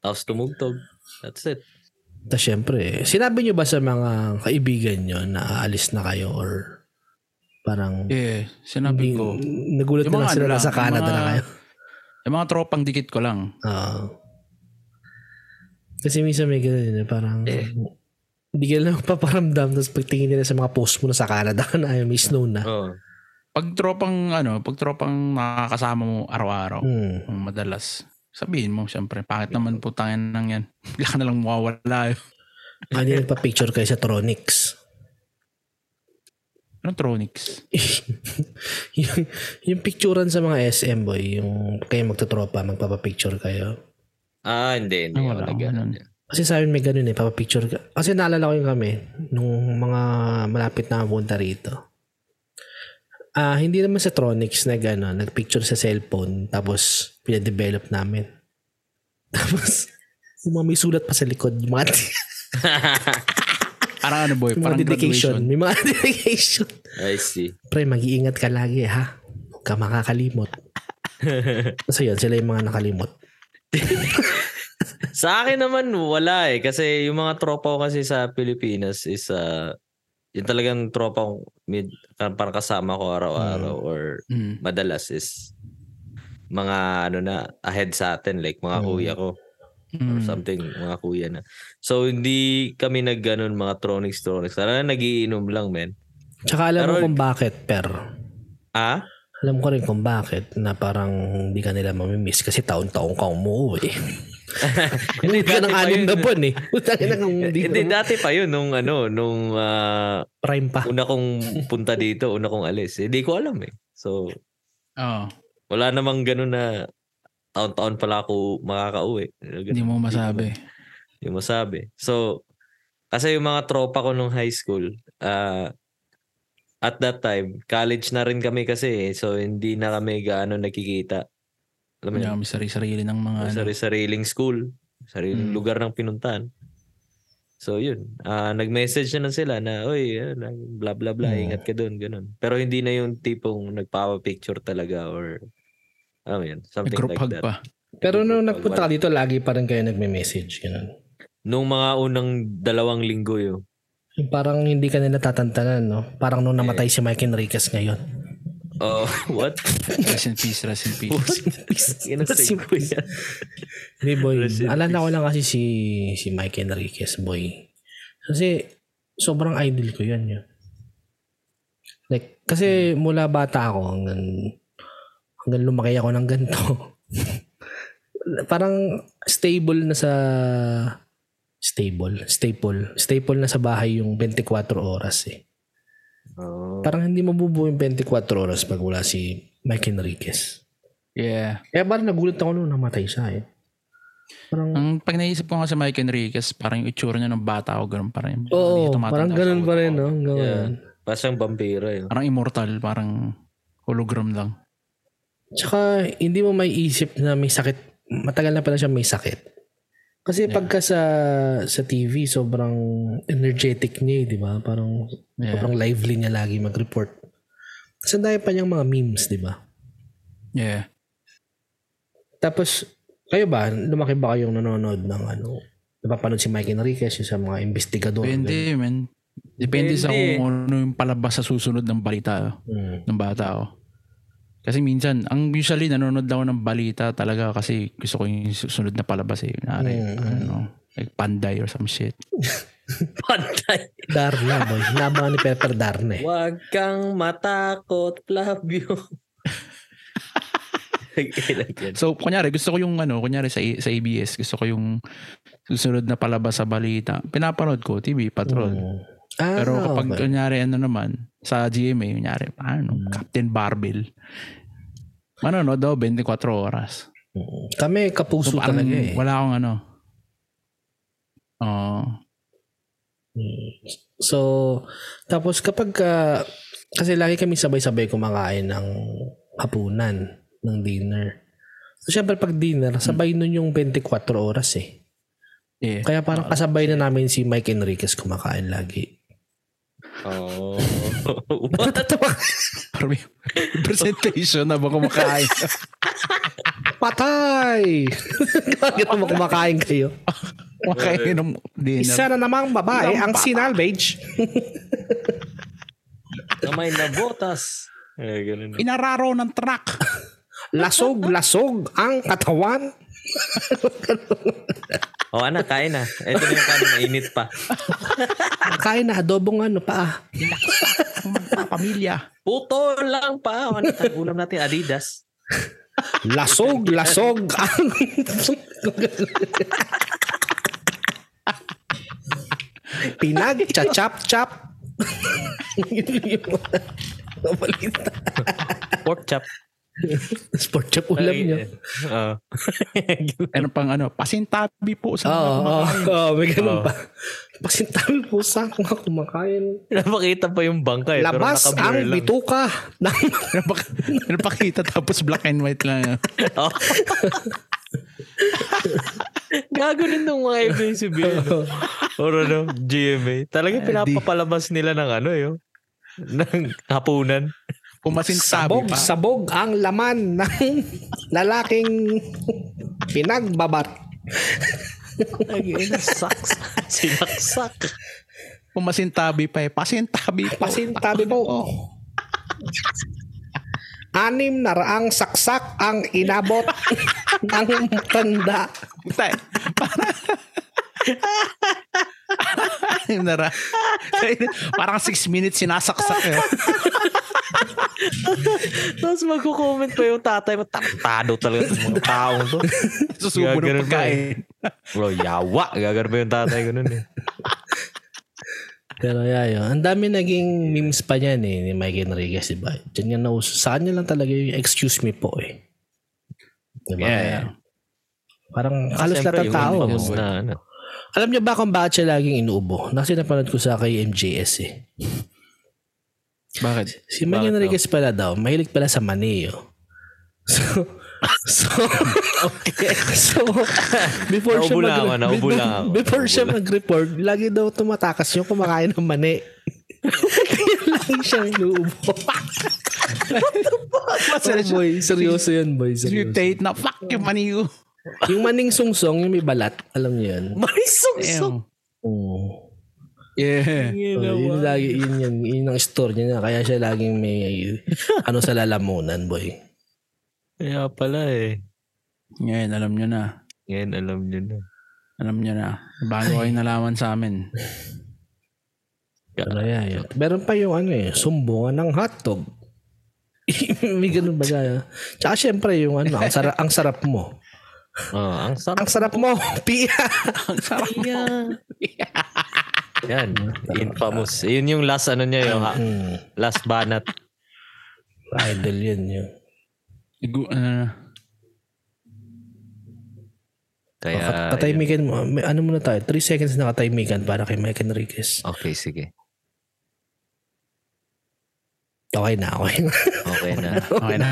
Speaker 3: Tapos tumugtog. That's it.
Speaker 1: Tapos syempre, eh. sinabi nyo ba sa mga kaibigan nyo na aalis na kayo or parang
Speaker 2: Yeah, sinabi
Speaker 1: hindi-
Speaker 2: ko.
Speaker 1: nagulat na lang sila
Speaker 2: ano
Speaker 1: na sa
Speaker 2: lang,
Speaker 1: Canada
Speaker 2: yung
Speaker 1: na
Speaker 2: mga-
Speaker 1: kayo?
Speaker 2: Yung mga tropang dikit ko lang.
Speaker 1: Oo. kasi minsan may ganun yun, eh, parang hindi ka lang paparamdam tapos pagtingin nila sa mga post mo na sa Canada ka na ayaw may snow na.
Speaker 3: Oh.
Speaker 2: Pag tropang, ano, pag tropang nakakasama mo araw-araw,
Speaker 1: Hmm.
Speaker 2: um, madalas, sabihin mo, syempre, pangit naman po tayo nang yan. Bigla ka na lang mawawala. eh.
Speaker 1: Kanina nagpa-picture kayo sa Tronics.
Speaker 2: Anong tronics?
Speaker 1: yung, yung picturean sa mga SM boy, yung kayo magtotropa, magpapapicture kayo.
Speaker 3: Ah, hindi.
Speaker 2: Ah,
Speaker 3: hindi ako
Speaker 2: wala akong
Speaker 3: nag-ano.
Speaker 2: ganun.
Speaker 1: Kasi sa amin may ganun eh, papapicture ka. Kasi naalala ko yung kami, nung mga malapit na punta rito. Ah, hindi naman sa Tronics nag, ano, nagpicture sa cellphone, tapos pinadevelop namin. Tapos, yung mga may sulat pa sa likod, yung mga,
Speaker 2: Parang ano boy,
Speaker 1: yung mga
Speaker 2: parang
Speaker 1: dedication.
Speaker 2: graduation.
Speaker 1: May mga dedication.
Speaker 3: I see.
Speaker 1: Pre, mag-iingat ka lagi ha. Huwag ka makakalimot. so yun, sila yung mga nakalimot.
Speaker 3: Sa akin naman, wala eh. Kasi yung mga tropa ko kasi sa Pilipinas is ah, yung talagang tropa ko mid, parang kasama ko araw-araw or
Speaker 2: Mm.
Speaker 3: madalas is mga ano na ahead sa atin like mga
Speaker 1: Mm.
Speaker 3: kuya ko or
Speaker 2: Mm.
Speaker 3: something mga kuya na so hindi kami nagganon mga tronics tronics talaga nagiinom lang men
Speaker 1: Tsaka alam mo
Speaker 3: Pero-
Speaker 1: kung bakit, per.
Speaker 3: ah
Speaker 1: Alam ko rin kung bakit na parang hindi ka nila mamimiss kasi taon-taon ka umuwi. Hindi ka ng
Speaker 3: dati pa
Speaker 1: anim
Speaker 3: yun.
Speaker 1: na buwan eh. Utang ina kung hindi
Speaker 3: hindi
Speaker 1: ka
Speaker 3: dati pa yun nung ano nung ah,
Speaker 1: prime pa.
Speaker 3: una kong punta dito una kong alis hindi ko alam eh so
Speaker 2: Oo,
Speaker 3: wala namang ganun na taon-taon pala ako makakauwi
Speaker 2: hindi mo masabi.
Speaker 3: Yung masabi. So, kasi yung mga tropa ko nung high school, ah, at that time, college na rin kami kasi eh, so hindi na kami gaano nakikita. Alam mo
Speaker 2: Hindi
Speaker 3: yun?
Speaker 2: kami sarili-sarili ng mga ano.
Speaker 3: Sari- sariling school,
Speaker 1: Hmm.
Speaker 3: sariling
Speaker 2: Mm.
Speaker 3: lugar ng pinuntahan. So yun, Ah, nag-message na lang sila na, oy, ano, blah blah blah,
Speaker 1: Mm.
Speaker 3: ingat ka doon, ganun. Pero hindi na yung tipong nagpapa-picture talaga or alam mo yun, something
Speaker 2: Group
Speaker 3: like
Speaker 2: hug
Speaker 3: that.
Speaker 2: pa.
Speaker 1: Pero nung nagpunta ka dito, lagi pa rin kayo nagme-message. Ganun.
Speaker 3: Nung mga unang dalawang linggo yun,
Speaker 1: Yung Parang hindi ka nila tatantanan, no? Parang nung namatay
Speaker 3: Eh.
Speaker 1: si Mike Enriquez ngayon.
Speaker 3: oh, what?
Speaker 2: Rest in peace, rest in peace.
Speaker 1: Simple yan. Hindi boy, alala ko lang kasi si, si Mike Enriquez, boy. Kasi sobrang idol ko yun. yun. Like, kasi mula bata ako hanggang, hanggang lumaki ako ng ganito. parang stable na sa stable, staple, staple na sa bahay yung 24 oras eh.
Speaker 3: Oh.
Speaker 1: Parang hindi mabubuo yung 24 oras pag wala si Mike Enriquez.
Speaker 2: Yeah.
Speaker 1: Kaya parang nagulat ako nung namatay siya eh. Parang,
Speaker 2: Ang pag naisip ko nga sa Mike Enriquez, parang yung itsura niya ng bata ako, ganun pa rin. Hindi
Speaker 1: oo,
Speaker 2: ka tumatanda
Speaker 1: parang
Speaker 2: sa
Speaker 1: ganun pa
Speaker 2: utak
Speaker 1: rin,
Speaker 2: ko.
Speaker 1: no? Hanggang
Speaker 3: Yeah.
Speaker 1: ngayon.
Speaker 3: Para siyang vampiro yun.
Speaker 2: Parang immortal, parang hologram lang.
Speaker 1: Tsaka, hindi mo may isip na may sakit. Matagal na pala siya may sakit. Kasi
Speaker 2: Yeah.
Speaker 1: pagka sa sa TV, sobrang energetic niya eh, di ba? Parang,
Speaker 2: Yeah.
Speaker 1: sobrang lively niya lagi mag-report. Kasi ang dami pa niyang mga memes, di ba?
Speaker 2: Yeah.
Speaker 1: Tapos, kayo ba? Lumaki ba kayong nanonood ng ano? Napapanood si Mike Enriquez yung sa mga investigador.
Speaker 2: Depende, man. Depende sa
Speaker 3: Depende.
Speaker 2: kung ano yung palabas sa susunod ng balita
Speaker 1: Mm.
Speaker 2: ng bata ako. Kasi minsan, ang usually nanonood ako ng balita talaga kasi gusto ko yung susunod na palabas eh. Nari,
Speaker 1: Mm,
Speaker 2: ano, like Panday or some shit.
Speaker 3: Pantay.
Speaker 1: Darna, boy. Laban ni Pepper Darna eh.
Speaker 3: Huwag kang matakot, Flavio.
Speaker 2: So, kunyari, gusto ko yung ano, kunyari sa, sa ABS, gusto ko yung susunod na palabas sa balita. Pinapanood ko, TV, Patrol.
Speaker 1: Mm. Ah,
Speaker 2: Pero
Speaker 1: okay.
Speaker 2: kapag,
Speaker 1: Mm-hmm.
Speaker 2: kunyari, ano naman, sa GMA, kunyari, ano, Captain Barbell. Manonood daw, 24 oras.
Speaker 1: Hmm. Kami, kapuso
Speaker 2: So, parang
Speaker 1: talaga eh.
Speaker 2: wala akong ano. Oo.
Speaker 1: So, tapos kapag, ah, kasi lagi kami sabay-sabay kumakain ng hapunan, ng dinner. So, syempre pag dinner, sabay nun yung 24 oras eh.
Speaker 2: yeah.
Speaker 1: Kaya parang kasabay na namin si Mike Enriquez kumakain lagi.
Speaker 3: Oo.
Speaker 1: Natatawa ka.
Speaker 2: Parang may presentation na ba kumakain?
Speaker 1: Patay! Bakit mo kumakain kayo?
Speaker 2: kumakain ng dinner.
Speaker 1: Isa na namang babae ang sinalvage.
Speaker 3: Kamay na botas. Eh, ganun.
Speaker 2: Inararo ng truck.
Speaker 1: Lasog, lasog ang katawan.
Speaker 3: O anak, kain na. Ito na yung kanin, mainit pa.
Speaker 1: Kain na adobong ano pa ah.
Speaker 2: Pamilya.
Speaker 3: Puto lang pa. O anak, ang ulam natin, Adidas.
Speaker 1: Lasog, lasog ang... Pinag, chachap, chap. Yun yung mga balita.
Speaker 3: Pork chop.
Speaker 1: Sport chap ulam
Speaker 3: Ay,
Speaker 1: nyo.
Speaker 3: eh, Oo. eh.
Speaker 2: Ano pang ano, pasintabi po sa mga
Speaker 1: Oo, oo,
Speaker 2: kumakain.
Speaker 1: oo, Ah, may ganun
Speaker 2: Oo.
Speaker 3: Ah.
Speaker 1: pa. Pasintabi po sa kung ako kumakain.
Speaker 3: Ah. Napakita pa yung bangka eh.
Speaker 1: Labas
Speaker 3: pero nakablur
Speaker 1: ang
Speaker 3: lang.
Speaker 1: bituka. ng-
Speaker 2: Napak- Napakita tapos black and white lang.
Speaker 3: Oo. Gago rin nung mga ibig sabihin. Or ano, GMA. Talaga pinapapalabas nila ng ano yun. Ng hapunan.
Speaker 2: Pumasintabi
Speaker 1: sabog,
Speaker 2: pa.
Speaker 1: sabog ang laman ng lalaking pinagbabat.
Speaker 3: Sucks. Sinaksak.
Speaker 2: Pumasintabi pa eh. Pasintabi po.
Speaker 1: Pasintabi po. Oh. Anim na raang saksak ang inabot ng tanda.
Speaker 2: Tay, parang- Ayun na ra- Parang six minutes sinasaksak eh.
Speaker 3: Tapos magko-comment pa yung tatay mo. Tarantado talaga itong mga taong to.
Speaker 2: Susubo
Speaker 3: Gaganon
Speaker 2: ng
Speaker 3: pa eh.
Speaker 2: pagkain.
Speaker 3: Bro, yawa. Gagar pa yung tatay ko nun eh.
Speaker 1: Pero yeah, yun. Ang dami naging memes pa niyan eh, ni Mike Enriquez, di ba? Diyan yan nauso. Sa kanya lang talaga yung excuse me po eh. Di ba?
Speaker 2: Yeah.
Speaker 1: Parang halos lahat
Speaker 3: Siyempre,
Speaker 1: ng
Speaker 3: yun,
Speaker 1: tao.
Speaker 3: yun na, ano.
Speaker 1: Alam niyo ba kung bakit siya laging inuubo? Kasi napanood ko sa kay MJS eh.
Speaker 2: Bakit?
Speaker 1: Si Mike
Speaker 3: Bakit
Speaker 1: Enriquez pala daw, mahilig pala sa mani, oh. So, so, okay. so, before siya
Speaker 3: Naubo lang
Speaker 1: mag-
Speaker 3: ako, naubo
Speaker 1: be-
Speaker 3: lang ako.
Speaker 1: Before
Speaker 3: Naubo
Speaker 1: siya
Speaker 3: lang.
Speaker 1: mag-report, lagi daw tumatakas yung kumakain ng mani. Kaya lagi siyang inuubo. oh, boy, seryoso yun, boy.
Speaker 2: You
Speaker 1: Seryoso.
Speaker 2: date na fuck yung money ko.
Speaker 1: Yung maning sungsong, yung may balat, alam niyo yun.
Speaker 3: Marisong-sok.
Speaker 1: Oo.
Speaker 2: Yeah.
Speaker 1: So, yun, lagi, yun, yun, yun ang store niya na. Kaya siya laging may ano sa lalamunan, boy.
Speaker 3: Kaya pala eh.
Speaker 2: Ngayon, alam nyo na.
Speaker 3: Ngayon, alam niyo na.
Speaker 2: Alam nyo na. Bago kayo nalaman sa amin.
Speaker 1: Ano yan, yan. Meron pa yung ano eh, sumbungan ng hotdog. May ganun ba kaya? Tsaka syempre yung ano, ang, sara- ang sarap mo.
Speaker 3: Oh, ang sarap.
Speaker 1: Ang sarap mo, Pia!
Speaker 2: Ang sarap.
Speaker 3: Yan. Infamous. Yun yung last ano niya yung ha-
Speaker 1: Hmm,
Speaker 3: last banat.
Speaker 1: idol yun yun.
Speaker 2: Igu- ano na.
Speaker 1: Kat-
Speaker 3: Kaya yun.
Speaker 1: katahimikan mo, may, ano muna tayo, 3 seconds na katahimikan para kay Mike Enriquez.
Speaker 3: Okay, sige.
Speaker 1: Okay na, okay na.
Speaker 3: Okay na.
Speaker 2: Okay na.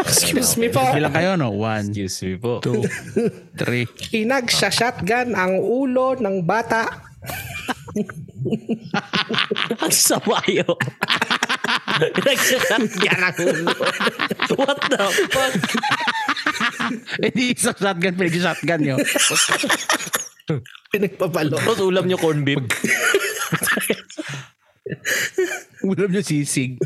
Speaker 1: Excuse me po.
Speaker 2: Ilan kayo, no? One,
Speaker 3: Excuse me po.
Speaker 2: two, three.
Speaker 1: Inagsha-shotgun ang ulo ng bata.
Speaker 3: Ang sabayo. Nagsasakyan ang ulo. What the fuck?
Speaker 2: Eh, di isang shotgun, pinag-shotgun nyo.
Speaker 1: Pinagpapalo.
Speaker 3: Tapos ulam niyo corn beef.
Speaker 2: Ulam nyo sisig.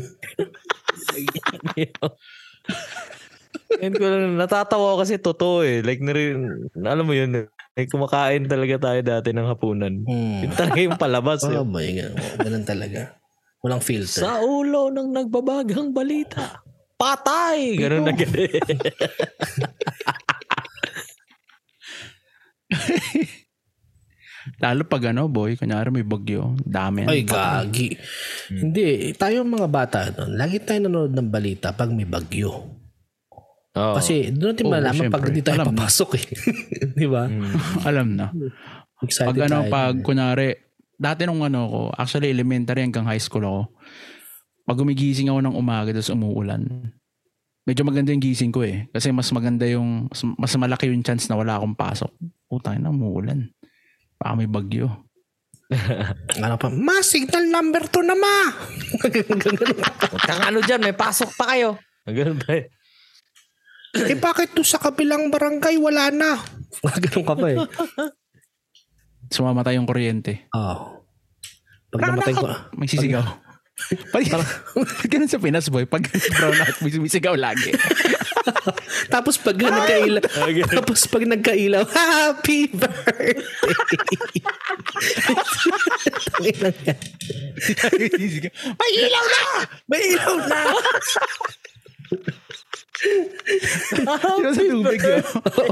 Speaker 3: And ko lang, natatawa ako kasi totoo eh. Like, nari, alam mo yun, Ay, kumakain talaga tayo dati ng hapunan.
Speaker 1: Hmm.
Speaker 3: Yun talaga yung palabas.
Speaker 1: Oh
Speaker 3: yun.
Speaker 1: my God. Ganun talaga. Walang filter.
Speaker 3: Sa ulo ng nagbabagang balita. Patay! Ganun na ganun.
Speaker 2: Lalo pag ano, boy, kunyari may bagyo, dami.
Speaker 1: Ay, gagi.
Speaker 2: Hmm.
Speaker 1: Hindi. Tayo mga bata doon, lagi tayo nanonood ng balita pag may bagyo.
Speaker 3: Oo.
Speaker 1: Kasi doon natin
Speaker 2: Oo,
Speaker 1: malalaman pag
Speaker 2: syempre.
Speaker 1: hindi tayo
Speaker 2: Alam na.
Speaker 1: papasok eh. Di ba?
Speaker 3: Mm.
Speaker 2: Alam na.
Speaker 1: Excited
Speaker 2: pag ano,
Speaker 1: tayo.
Speaker 2: pag kunwari, dati nung ano ko, actually elementary hanggang high school ako, pag gumigising ako ng umaga tapos umuulan, medyo maganda yung gising ko eh. Kasi mas maganda yung, mas, mas malaki yung chance na wala akong pasok. Putang na, umuulan. Baka may bagyo.
Speaker 1: Ano pa, ma, signal number 2 na ma!
Speaker 3: Huwag kang ano dyan, may pasok pa kayo. Ganun ba eh?
Speaker 1: eh bakit doon sa kabilang barangay wala na? Ganun ka pa eh.
Speaker 2: Sumamatay yung kuryente.
Speaker 1: Oh. Pag namatay ko,
Speaker 2: May sisigaw. Pag, ganun sa Pinas boy, pag brown out, may sumisigaw lagi.
Speaker 1: tapos pag nagkailaw, tapos pag nagkailaw, happy birthday! Tanginang yan.
Speaker 2: Sumisigaw, may ilaw na!
Speaker 1: May ilaw na!
Speaker 2: Sino sa tubig yun?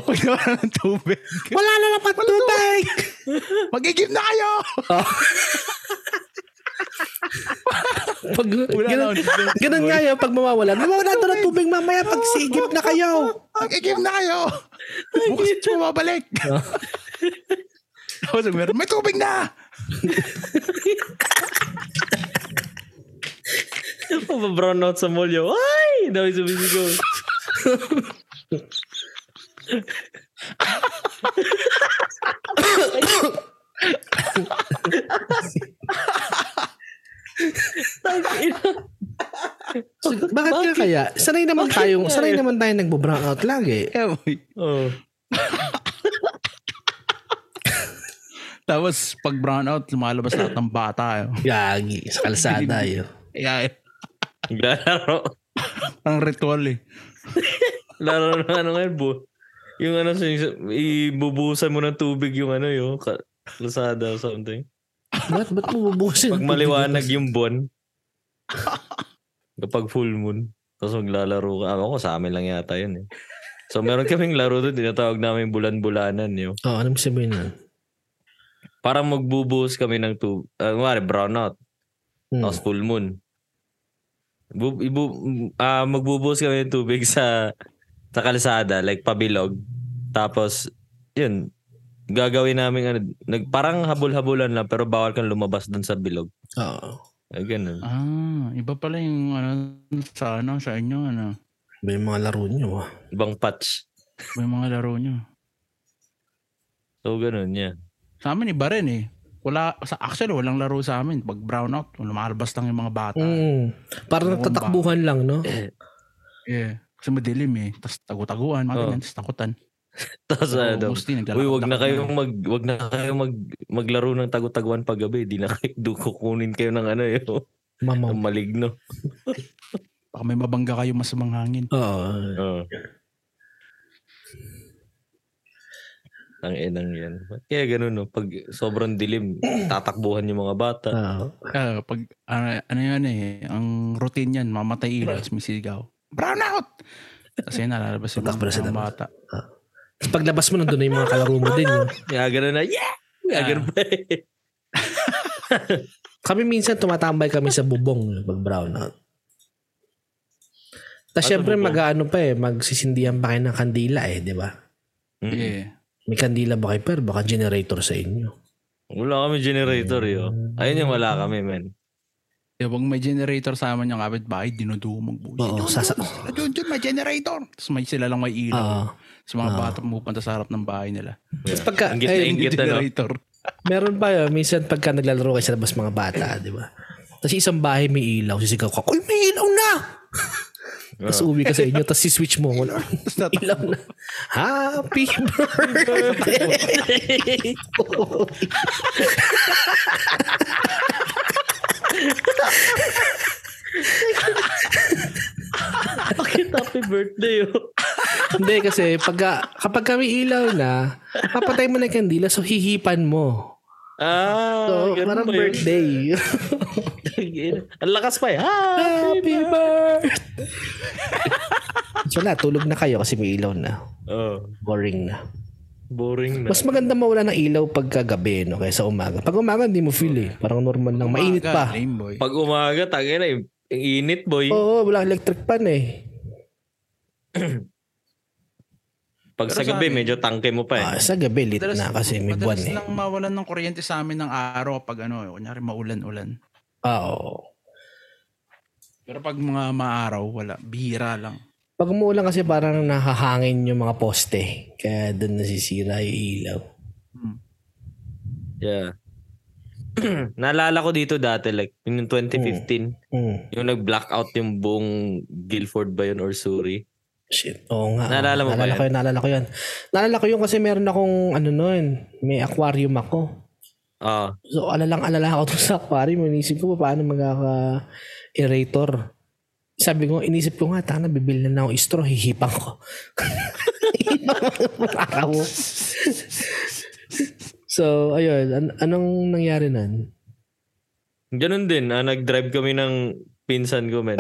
Speaker 2: Pag nawalan ng tubig.
Speaker 1: Wala na dapat tubig!
Speaker 2: Magigib na kayo!
Speaker 1: Pag,
Speaker 2: Wala na
Speaker 1: ganun,
Speaker 2: ako.
Speaker 1: ganun nga yun, pag mawawala, mawawala doon ng tubig mamaya pag sigip na kayo.
Speaker 2: Magigib na kayo! Bukas siya mabalik! Tapos meron, may tubig na!
Speaker 3: Mababrown out sa mall yun. Ay! Dami sumisigaw.
Speaker 1: So, bakit nga kaya? Sanay naman
Speaker 3: Bakit
Speaker 1: tayong,
Speaker 3: nga
Speaker 1: sanay
Speaker 3: eh?
Speaker 1: naman tayong nagbo-brown out lagi.
Speaker 2: Eh, boy.
Speaker 3: Oh.
Speaker 2: Tapos pag brown out, lumalabas lahat ng bata. eh.
Speaker 1: Gagi, sa kalsada yun.
Speaker 2: Yeah, eh.
Speaker 3: Naglalaro.
Speaker 2: Ang ritual eh.
Speaker 3: Laro ng ano ngayon, bu. Yung ano, sin- ibubuhusan mo ng tubig yung ano yung ka- Lazada or something.
Speaker 1: Ba't, ba't mo bubusin?
Speaker 3: Pag maliwanag yung buwan. Kapag full moon. Tapos maglalaro ka. Ako, sa amin lang yata yun eh. So meron kaming laro doon, tinatawag namin bulan-bulanan yun.
Speaker 1: Oo, oh, ano mo sabihin nun?
Speaker 3: Parang magbubuhos kami ng tubig. Uh, brown out.
Speaker 1: Hmm.
Speaker 3: Tapos full moon. Bu- ibu- ah, magbubuhos kami ng tubig sa sa kalsada, like pabilog. Tapos, yun, gagawin namin, ano, nag, parang habol-habulan lang, pero bawal kang lumabas dun sa bilog.
Speaker 1: Oo.
Speaker 3: Ah, Ganun.
Speaker 2: Ah, iba pala yung ano, sa ano, sa inyo, ano.
Speaker 1: May mga laro nyo ah.
Speaker 3: Ibang patch.
Speaker 2: May mga laro nyo.
Speaker 3: So, ganun, yeah.
Speaker 2: Sa amin, iba rin eh. Wala, sa, actually, walang laro sa amin. Pag brown out, lumalabas lang yung mga bata.
Speaker 1: Mm. Parang
Speaker 2: Ewan ba?
Speaker 1: nagtatakbuhan lang, no?
Speaker 2: Yeah. Kasi madilim eh. Tapos tago-taguan, mga
Speaker 3: Oo.
Speaker 2: ganyan, tapos takutan.
Speaker 3: Tapos, ano daw,
Speaker 2: Gusti,
Speaker 3: Uy, wag na
Speaker 2: naglalakad-lakad
Speaker 3: kayong mag wag na kayong mag maglaro ng tagutaguan paggabi. Di na kayo du- kukunin kayo ng ano yung
Speaker 1: Mamaw.
Speaker 3: ng maligno.
Speaker 2: Baka may mabangga kayo masamang hangin.
Speaker 1: Oo.
Speaker 3: Oo. Ang inang yan. Ba't Kaya ganun no, pag sobrang dilim, tatakbuhan yung mga bata.
Speaker 1: Oo.
Speaker 2: Ah, pag ano, ano yan eh, ang routine yan, mamatay ilas, may sigaw. Brown out! Kasi nalalabas yung
Speaker 1: Tatakbo na sila.
Speaker 2: mga bata.
Speaker 1: Paglabas mo nandun na yung mga kalaro mo din. no?
Speaker 3: Kaya ganun na, yeah! Kaya
Speaker 2: Ah.
Speaker 3: ganun pa eh.
Speaker 1: Kami minsan tumatambay kami sa bubong pag brown out. Tapos
Speaker 3: Ah, sa
Speaker 1: syempre
Speaker 3: bubong.
Speaker 1: mag-ano pa eh, magsisindihan pa kayo ng kandila eh, di ba?
Speaker 3: Mm.
Speaker 2: Yeah.
Speaker 1: May kandila ba kayo? Pero baka generator sa inyo.
Speaker 3: Wala kami generator yo. Ayun yung wala kami, man.
Speaker 2: Eh, wag may generator sa amin yung kapitbahay, dinudumog po.
Speaker 1: Oo, sasa...
Speaker 2: Doon, doon, may generator. Tapos may sila lang may ilaw.
Speaker 1: Oo.
Speaker 2: Tapos mga
Speaker 1: Ah.
Speaker 2: bata pumupunta sa harap ng bahay nila.
Speaker 3: Yeah.
Speaker 1: pagka-
Speaker 3: Inggit na
Speaker 1: eh,
Speaker 2: May
Speaker 3: inggit ano.
Speaker 2: generator.
Speaker 1: Meron pa yun. Minsan pagka naglalaro kayo sa labas mga bata, di ba? Tapos isang bahay may ilaw, sisigaw ka, Uy, may ilaw na! Tapos uwi ka sa inyo, tapos si-switch mo, wala,
Speaker 2: Tapos natakbo.
Speaker 1: ilaw na. Happy birthday!
Speaker 3: Bakit happy birthday yo?
Speaker 1: Hindi kasi pagka, kapag kami ilaw na, papatay mo na yung kandila so hihipan mo.
Speaker 3: Ah,
Speaker 1: So,
Speaker 3: ganun
Speaker 1: parang
Speaker 3: ba yun?
Speaker 1: birthday.
Speaker 3: Ang lakas pa eh. Ah!
Speaker 1: Happy birthday! so na, tulog na kayo kasi may ilaw na.
Speaker 3: Oh,
Speaker 1: Boring na.
Speaker 3: boring na.
Speaker 1: Mas maganda mawala ng ilaw pagka gabi no, kaysa umaga. Pag umaga, hindi mo feel eh. Parang normal lang. Mainit
Speaker 2: Umaga,
Speaker 1: pa.
Speaker 2: lame boy.
Speaker 3: Pag umaga, tagay na. eh. Ang init, boy.
Speaker 1: Oo, wala electric pan eh.
Speaker 3: Pag sa
Speaker 2: Pero sa
Speaker 3: gabi,
Speaker 2: amin-
Speaker 3: medyo tangke mo pa eh.
Speaker 1: Ah, sa gabi, lit na kasi may buwan
Speaker 2: madalas
Speaker 1: eh.
Speaker 2: lang mawalan ng kuryente sa amin ng araw pag ano, kunyari maulan-ulan.
Speaker 1: Ah, oo.
Speaker 2: Pero pag mga maaraw, wala. Bihira lang.
Speaker 1: Pag umuulan kasi parang nahahangin yung mga poste. Kaya doon nasisira yung ilaw.
Speaker 3: Yeah. Naalala ko dito dati, like, yung 2015,
Speaker 1: Hmm.
Speaker 3: yung nag-blackout yung buong Guilford ba yun or Surrey?
Speaker 1: Shit. Oo nga.
Speaker 3: Naalala mo ba
Speaker 1: naalala ko yun, naalala ko
Speaker 3: yan?
Speaker 1: yun. Naalala ko yun kasi meron akong ano nun, may aquarium ako.
Speaker 3: Ah,
Speaker 1: So, alalang alala ako dun sa aquarium. Inisip ko pa paano magkaka-aerator. Sabi ko, inisip ko nga, tana, bibil na na ako istro, hihipang ko. Hihipang ko. so, ayun. An- anong nangyari nun?
Speaker 3: ganun din. Ah, nag-drive kami ng pinsan ko, men.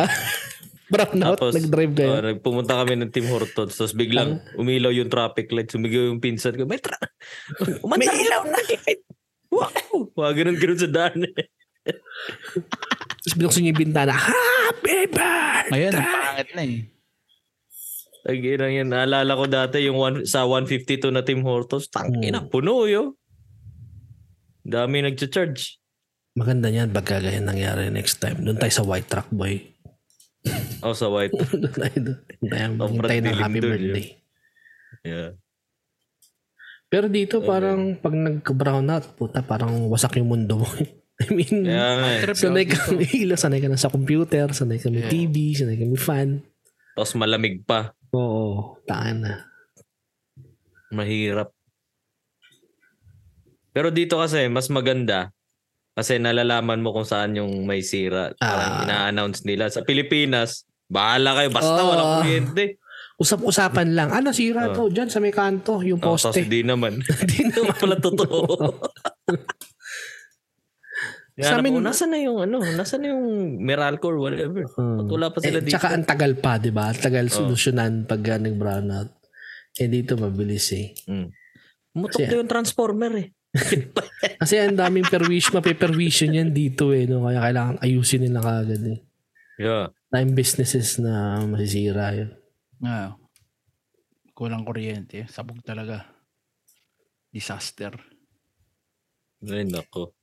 Speaker 1: Brap na
Speaker 3: Tapos,
Speaker 1: Ano? nag-drive kayo. Ah.
Speaker 3: Oh, nagpumunta kami ng Team Hortons. Tapos biglang umilaw yung traffic light. Sumigaw yung pinsan ko. May tra- May ilaw na. wow! Mga ganun-ganun sa daan. eh.
Speaker 1: Tapos binuksan niya yung bintana. Happy birthday!
Speaker 2: Ngayon, ang pangit na eh.
Speaker 3: Ang inang yan. Naalala ko dati yung one, sa 152 na Team Hortons. Tangina, puno yo. Dami nagcha-charge.
Speaker 1: Maganda niyan pagka ganyan nangyari next time. Doon tayo sa white truck, boy.
Speaker 3: Oh, sa white.
Speaker 1: Doon tayo doon.
Speaker 3: Sobrang
Speaker 1: Doon tayo ng
Speaker 3: dilim
Speaker 1: happy
Speaker 3: doon,
Speaker 1: birthday.
Speaker 3: Yeah.
Speaker 1: Pero dito
Speaker 3: Okay.
Speaker 1: parang pag nagka-brown out, puta parang wasak yung mundo mo. I mean,
Speaker 3: Kaya nga eh.
Speaker 2: Trip
Speaker 1: sanay
Speaker 2: yun.
Speaker 1: ka may ilaw, sanay ka na sa computer, sanay ka may
Speaker 2: Yeah.
Speaker 1: TV, sanay ka may fan.
Speaker 3: Tapos malamig pa.
Speaker 1: Oo, taan na.
Speaker 3: Mahirap. Pero dito kasi, mas maganda. Kasi nalalaman mo kung saan yung may sira.
Speaker 1: Ah.
Speaker 3: Parang ina-announce nila. Sa Pilipinas, bahala kayo. Basta
Speaker 1: Oo.
Speaker 3: walang kuryente.
Speaker 1: Usap-usapan lang. Ah, nasira to. Diyan sa may kanto, yung
Speaker 3: Oh, tapos
Speaker 1: poste.
Speaker 3: hindi naman.
Speaker 1: Hindi na.
Speaker 3: Hindi pala totoo.
Speaker 1: Sa
Speaker 3: Sa
Speaker 1: amin-
Speaker 3: amin, na yung ano, nasa na yung Meralco or whatever.
Speaker 1: Hmm.
Speaker 3: Ba't wala pa
Speaker 1: Eh,
Speaker 3: sila dito?
Speaker 1: tsaka ang tagal pa, di ba? Ang Tagal
Speaker 3: Oo.
Speaker 1: solusyonan pag ah, nag-brown out. Eh dito mabilis eh.
Speaker 3: Mm. Mutok
Speaker 1: Kasi-
Speaker 3: na yung transformer eh.
Speaker 1: Kasi ang daming perwish, mapiperwisyon yan dito eh. No? Kaya kailangan ayusin nila kagad eh.
Speaker 3: Yeah.
Speaker 1: Time businesses na masisira yun.
Speaker 2: Nga. Ah, Kulang kuryente. Sabog talaga. Disaster.
Speaker 3: Ay, nako.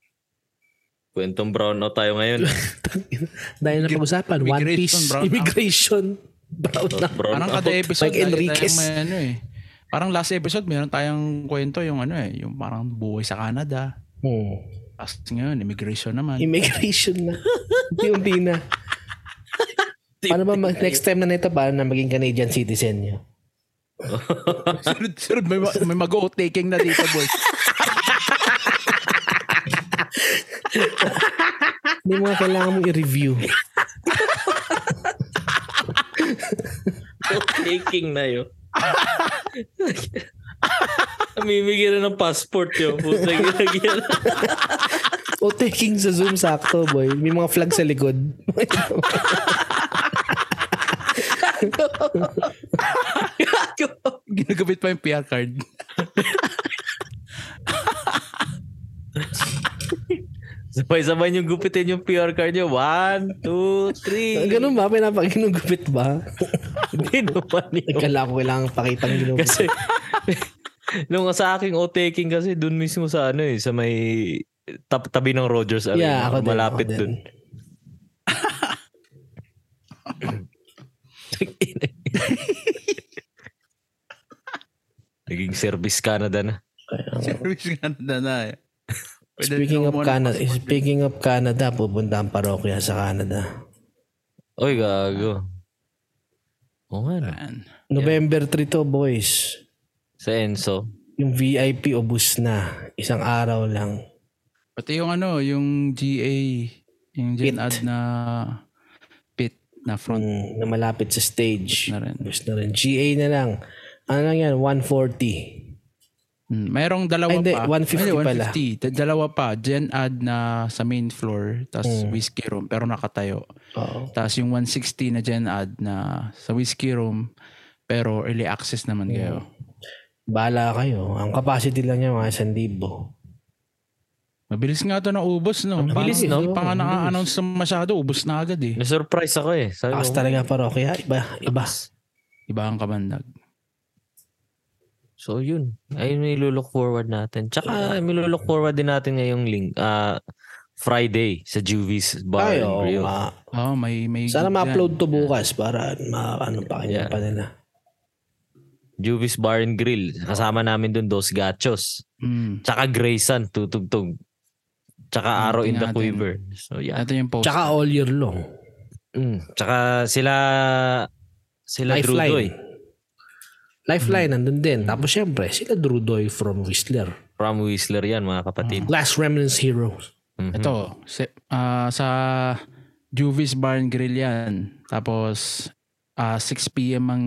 Speaker 3: Kwentong brownout tayo ngayon.
Speaker 1: Dahil na pag-usapan, One
Speaker 2: Immigration,
Speaker 1: Piece,
Speaker 2: brown out.
Speaker 1: immigration, brown out.
Speaker 3: Brown
Speaker 2: Parang kada episode,
Speaker 1: Like
Speaker 2: lagi tayong
Speaker 1: Enriquez.
Speaker 2: may ano eh. Parang last episode, meron tayong kwento yung ano eh, yung parang buhay sa Canada.
Speaker 1: Hmm.
Speaker 2: Tapos ngayon, immigration naman.
Speaker 1: Immigration na. Unti-unti na. Paano ba mag- next time na nito, paano na maging Canadian citizen nyo?
Speaker 2: Sunod-sunod, may, ma- may mag-o-taking na dito, boy.
Speaker 1: Hindi mo nga kailangan mong i-review.
Speaker 3: Taking na yun. Namimigay na ng passport yun. Puta yun.
Speaker 1: O taking sa Zoom sakto, boy. May mga flag sa likod.
Speaker 2: Ginagamit pa yung PR card.
Speaker 3: Sabay-sabay niyong gupitin yung PR card niyo. One, two, three.
Speaker 1: Ganun ba? Pinapaginugupit ba?
Speaker 3: Hindi naman yun.
Speaker 1: Kala ko kailangan pakitang ginugupit.
Speaker 3: Kasi, nung sa aking o-taking kasi, dun mismo sa ano eh, sa may tap- tabi ng Rogers Arena.
Speaker 1: Yeah, ako din,
Speaker 3: malapit
Speaker 1: ako din.
Speaker 3: dun. Naging service Canada na.
Speaker 2: Service Canada na eh. Pwede
Speaker 1: Speaking
Speaker 2: na
Speaker 1: of
Speaker 2: muna-
Speaker 1: Canada, speaking of Canada, pupunta ang parokya sa Canada.
Speaker 3: Oy, gago. Oo nga na.
Speaker 2: Ayan.
Speaker 1: November 3 to, boys.
Speaker 3: Sa Enzo.
Speaker 1: Yung VIP ubus na. Isang araw lang.
Speaker 2: Pati yung ano, yung GA, yung Gen
Speaker 1: Pit.
Speaker 2: Ad na pit. na front
Speaker 1: Mm, na malapit sa stage.
Speaker 2: Hmm. na rin.
Speaker 1: Tapos na rin. GA na lang. Ano lang yan? 140.
Speaker 2: Mm, mayroong dalawa
Speaker 1: Ay, hindi,
Speaker 2: pa.
Speaker 1: 150
Speaker 2: Ay,
Speaker 1: pala.
Speaker 2: 150. Da- Dalawa pa. Gen ad na sa main floor. Tapos
Speaker 1: Hmm.
Speaker 2: whiskey room. Pero nakatayo.
Speaker 1: Oo.
Speaker 2: Tapos yung 160 na gen ad na sa whiskey room. Pero early access
Speaker 1: Hmm.
Speaker 2: naman kayo.
Speaker 1: Bahala kayo. Ang capacity lang niya mga 1,000.
Speaker 2: Mabilis nga ito naubos, no?
Speaker 1: Mabilis,
Speaker 2: parang,
Speaker 1: no?
Speaker 2: Parang naka-announce na masyado, ubos na agad eh.
Speaker 3: Na-surprise ako eh. Sabi
Speaker 1: Taas
Speaker 3: ko,
Speaker 1: talaga parokya. Iba. Iba.
Speaker 2: Iba ang kabandag.
Speaker 3: so yun. Ayun may look forward natin.
Speaker 1: Ah.
Speaker 3: Tsaka may look forward din natin ngayong link, ah, Friday sa Juvies Bar
Speaker 1: Ay,
Speaker 3: and
Speaker 1: oo
Speaker 3: Grill.
Speaker 1: nga.
Speaker 2: Oh, may... may
Speaker 1: Sana
Speaker 2: gig
Speaker 1: ma-upload
Speaker 2: yan.
Speaker 1: to bukas para ma ano pa kanya
Speaker 3: Yeah.
Speaker 1: pa nila.
Speaker 3: Juvies Bar and Grill. Kasama namin dun Dos Gachos.
Speaker 2: Mm.
Speaker 3: Tsaka Grayson, tutugtog.
Speaker 2: Ah,
Speaker 3: Tsaka Arrow in the
Speaker 2: Tingnan natin.
Speaker 3: Quiver. So yeah.
Speaker 2: Ito yung post.
Speaker 1: Tsaka all year long.
Speaker 3: Mm. Tsaka sila sila eh. Drudoy
Speaker 1: Lifeline. Lifeline, nandun din. Tapos syempre, sila Drudoy from Whistler.
Speaker 3: from Whistler yan mga kapatid.
Speaker 1: Last Remnants Heroes.
Speaker 3: Mhm.
Speaker 2: Ito, sa, ah, sa Juvis Bar and Grill yan. Tapos, ah, 6 p.m. ang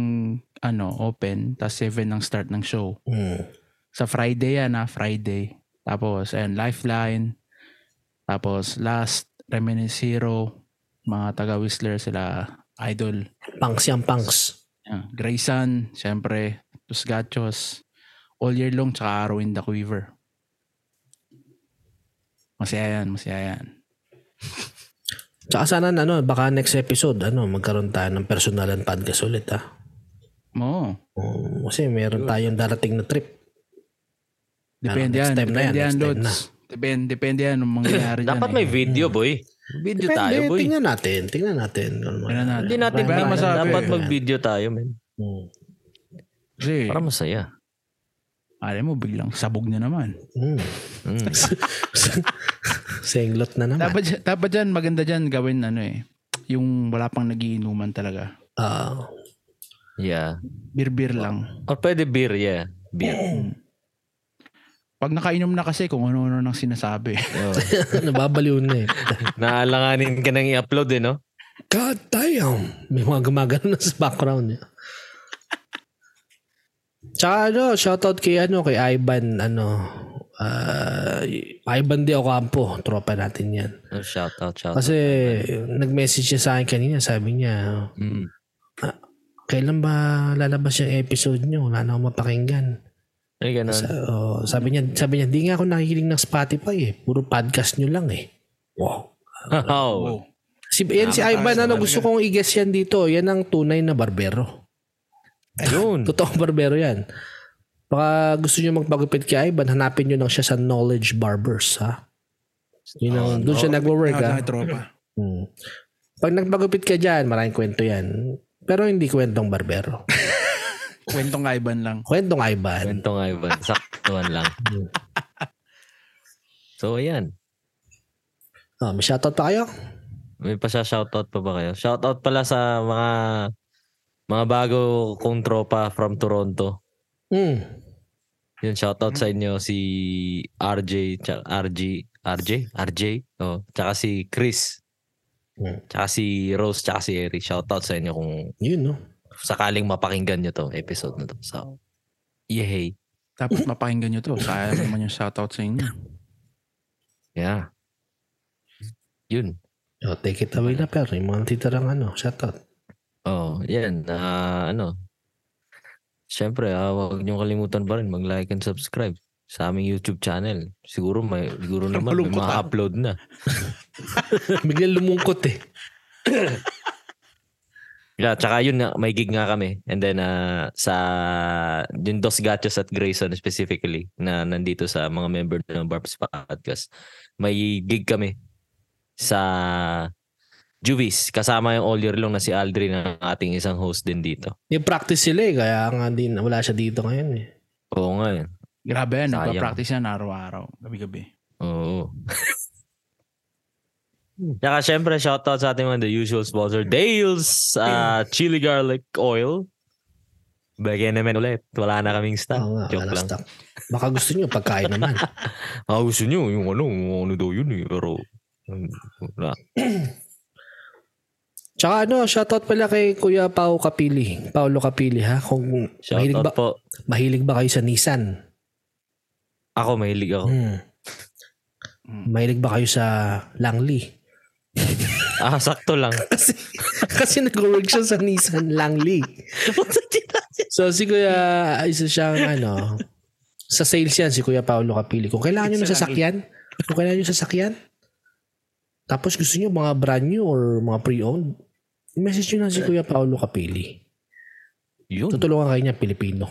Speaker 2: ano, open. Tapos 7 ang start ng show.
Speaker 3: Hmm.
Speaker 1: Mm.
Speaker 2: Sa Friday yan ah, Friday. Tapos, ayan, Lifeline. Tapos, Last, Reminisce Hero. Mga taga-Whistler sila, Idol.
Speaker 1: Punks yan, punks.
Speaker 2: Yan, Grayson, syempre. Tapos Gachos. All year long, tsaka Arrow in the Quiver. Masaya yan, masaya yan.
Speaker 1: Tsaka sana, ano, baka next episode, ano, magkaroon tayo ng personalan podcast ulit, ha?
Speaker 2: Oo.
Speaker 1: Um, kasi meron tayong darating na trip. Ano,
Speaker 2: Depende
Speaker 1: next
Speaker 2: yan.
Speaker 1: time na yan,
Speaker 2: Depende yan,
Speaker 1: next time
Speaker 2: Lods. Depende, depende yan eh. Mm. ang mangyayari dyan.
Speaker 3: Dapat may video, boy. Video tayo,
Speaker 1: Depende,
Speaker 3: boy.
Speaker 1: tingnan natin. Tingnan natin. Ano,
Speaker 2: Tingnan natin.
Speaker 3: Hindi natin
Speaker 2: Parang
Speaker 3: tingnan.
Speaker 2: masabi. eh.
Speaker 3: Dapat mag-video tayo, men.
Speaker 1: Mm.
Speaker 2: Kasi,
Speaker 3: Para masaya.
Speaker 2: alam mo, biglang sabog na naman.
Speaker 1: Mm.
Speaker 3: Mm.
Speaker 1: Senglot na naman.
Speaker 2: Dapat, dyan- dapat dyan, maganda dyan gawin ano eh. Yung wala pang nagiinuman talaga.
Speaker 1: Ah,
Speaker 3: Yeah.
Speaker 2: Beer-beer lang.
Speaker 3: Or pwede beer, yeah. Beer.
Speaker 2: Pag nakainom na kasi kung ano-ano nang sinasabi.
Speaker 3: Oh.
Speaker 1: nababaliw na eh.
Speaker 3: Naalanganin ka nang i-upload eh, no?
Speaker 1: God damn! May mga gumagano na sa background niya. Tsaka ano, shoutout kay ano, kay Ivan, ano, ah, Ivan de Ocampo, tropa natin yan.
Speaker 3: Oh, shout out, shout out.
Speaker 1: Kasi nag-message siya sa akin kanina, sabi niya,
Speaker 3: Mm.
Speaker 1: kailan ba lalabas yung episode niyo? Wala na akong mapakinggan.
Speaker 3: Ay, ganun.
Speaker 1: Sa, oh, sabi niya, sabi niya, di nga ako nakikinig ng Spotify eh. Puro podcast niyo lang eh. Wow.
Speaker 3: Oh.
Speaker 2: Oh.
Speaker 1: Si, yan si
Speaker 2: Tama,
Speaker 1: Ivan,
Speaker 2: tama
Speaker 1: ano,
Speaker 2: talaga.
Speaker 1: gusto kong i-guess yan dito. Yan ang tunay na barbero.
Speaker 3: Yun.
Speaker 1: Totoong barbero yan. Baka gusto nyo magpagupit kay Ivan, hanapin nyo lang siya sa Knowledge Barbers, ha? Yun
Speaker 3: Ah,
Speaker 1: ang, doon siya nagwo-work, ha?
Speaker 2: tropa.
Speaker 1: Hmm. Pag nagpagupit ka dyan, maraming kwento yan. Pero hindi kwentong barbero.
Speaker 2: Kwentong kaiban lang.
Speaker 1: Kwentong Ivan.
Speaker 3: Kwento nga, Ivan. Saktuan lang. So, ayan.
Speaker 1: Ah, may shoutout pa kayo?
Speaker 3: May pa siya shoutout pa ba kayo? Shoutout pala sa mga mga bago kong tropa from Toronto.
Speaker 1: Hmm.
Speaker 3: Yun, shoutout sa inyo si RJ, tsaka RG, RJ? RJ? Oh, tsaka si Chris.
Speaker 1: Hmm.
Speaker 3: Tsaka si Rose, tsaka si Eric. Shoutout sa inyo kung
Speaker 1: Yun, no?
Speaker 3: sakaling mapakinggan nyo to, episode na to. So, yay.
Speaker 2: Dapat mapakinggan nyo to. Kaya naman yung shoutout sa inyo.
Speaker 3: Yeah. Yun.
Speaker 1: Oh, take it away na, pero yung mga titirang ano, shoutout.
Speaker 3: Oh, yan. Ah, ano. Siyempre, ah, huwag niyong kalimutan pa rin mag-like and subscribe sa aming YouTube channel. Siguro may siguro naman may
Speaker 2: Malungkot ah.
Speaker 3: ma-upload na.
Speaker 1: Biglang lumungkot eh.
Speaker 3: Yeah, tsaka yun nga, may gig nga kami. And then ah, sa yung Dos Gachos at Grayson specifically na nandito sa mga member ng Barbs Podcast. May gig kami sa Juvis kasama yung all year long na si Aldrin na ating isang host din dito.
Speaker 1: Ni-practice sila eh, kaya nga din, wala siya dito ngayon eh.
Speaker 3: Oo nga yun.
Speaker 2: Grabe yan.
Speaker 3: Sayang.
Speaker 2: Nagpa-practice yan araw-araw. Gabi-gabi.
Speaker 3: Oo. Tsaka syempre, shoutout sa ating mga the usual sponsor, Dales ah, Chili Garlic Oil. Bagay naman ulit. Wala na kaming stock.
Speaker 1: Oo nga,
Speaker 3: Ah, Joke
Speaker 1: wala
Speaker 3: lang.
Speaker 1: stock. Baka gusto nyo, pagkain naman.
Speaker 3: Ah, gusto nyo, yung ano, ano daw yun eh, pero... um, Wala.
Speaker 1: Tsaka ano, shoutout pala kay Kuya Pao Kapili. Paolo Kapili ha. Kung mahilig
Speaker 3: Shoutout
Speaker 1: ba,
Speaker 3: po.
Speaker 1: mahilig ba kayo sa Nissan?
Speaker 3: Ako, mahilig ako.
Speaker 1: Hmm. Mahilig ba kayo sa Langley?
Speaker 3: Ah, sakto lang.
Speaker 1: Kasi, kasi nag-work siya sa Nissan Langley. So si Kuya, isa siyang ano, sa sales yan si Kuya Paolo Kapili. Kung kailangan nyo ng
Speaker 2: It's a
Speaker 1: sasakyan, kung kailangan nyo ng sasakyan, tapos gusto nyo mga brand new or mga pre-owned, message nyo na si Kuya Paolo Kapili.
Speaker 3: yun.
Speaker 1: Tutulungan kayo niya Pilipino.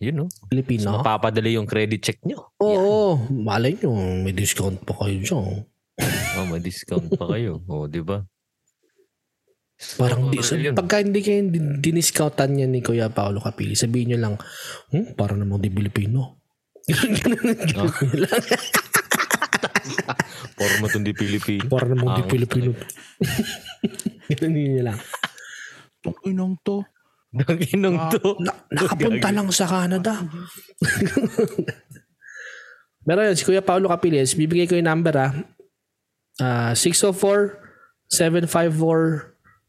Speaker 3: Yun, no?
Speaker 1: Pilipino?
Speaker 3: Mapapadali yung credit check nyo.
Speaker 1: Oo, oo. malay nyo, may discount pa kayo dyan.
Speaker 3: Oh, may discount pa kayo. Oh, di ba?
Speaker 1: Parang
Speaker 3: Oo,
Speaker 1: di, so,
Speaker 3: yun.
Speaker 1: pagka hindi kayo din- diniscountan niya ni Kuya Paolo Capili, sabihin niyo lang, hmm, para namang di Pilipino. Ganun, ganun, ganun niyo lang.
Speaker 3: Porma tundi Pilipino.
Speaker 1: Para namang di
Speaker 3: Ah,
Speaker 1: Pilipino. ganun niyo lang.
Speaker 2: Itong inong to.
Speaker 3: Naginong to.
Speaker 1: Na, nakapunta lang sa Canada. Pero yun, si Kuya Paolo Capiles, bibigay ko yung number ah. Ah,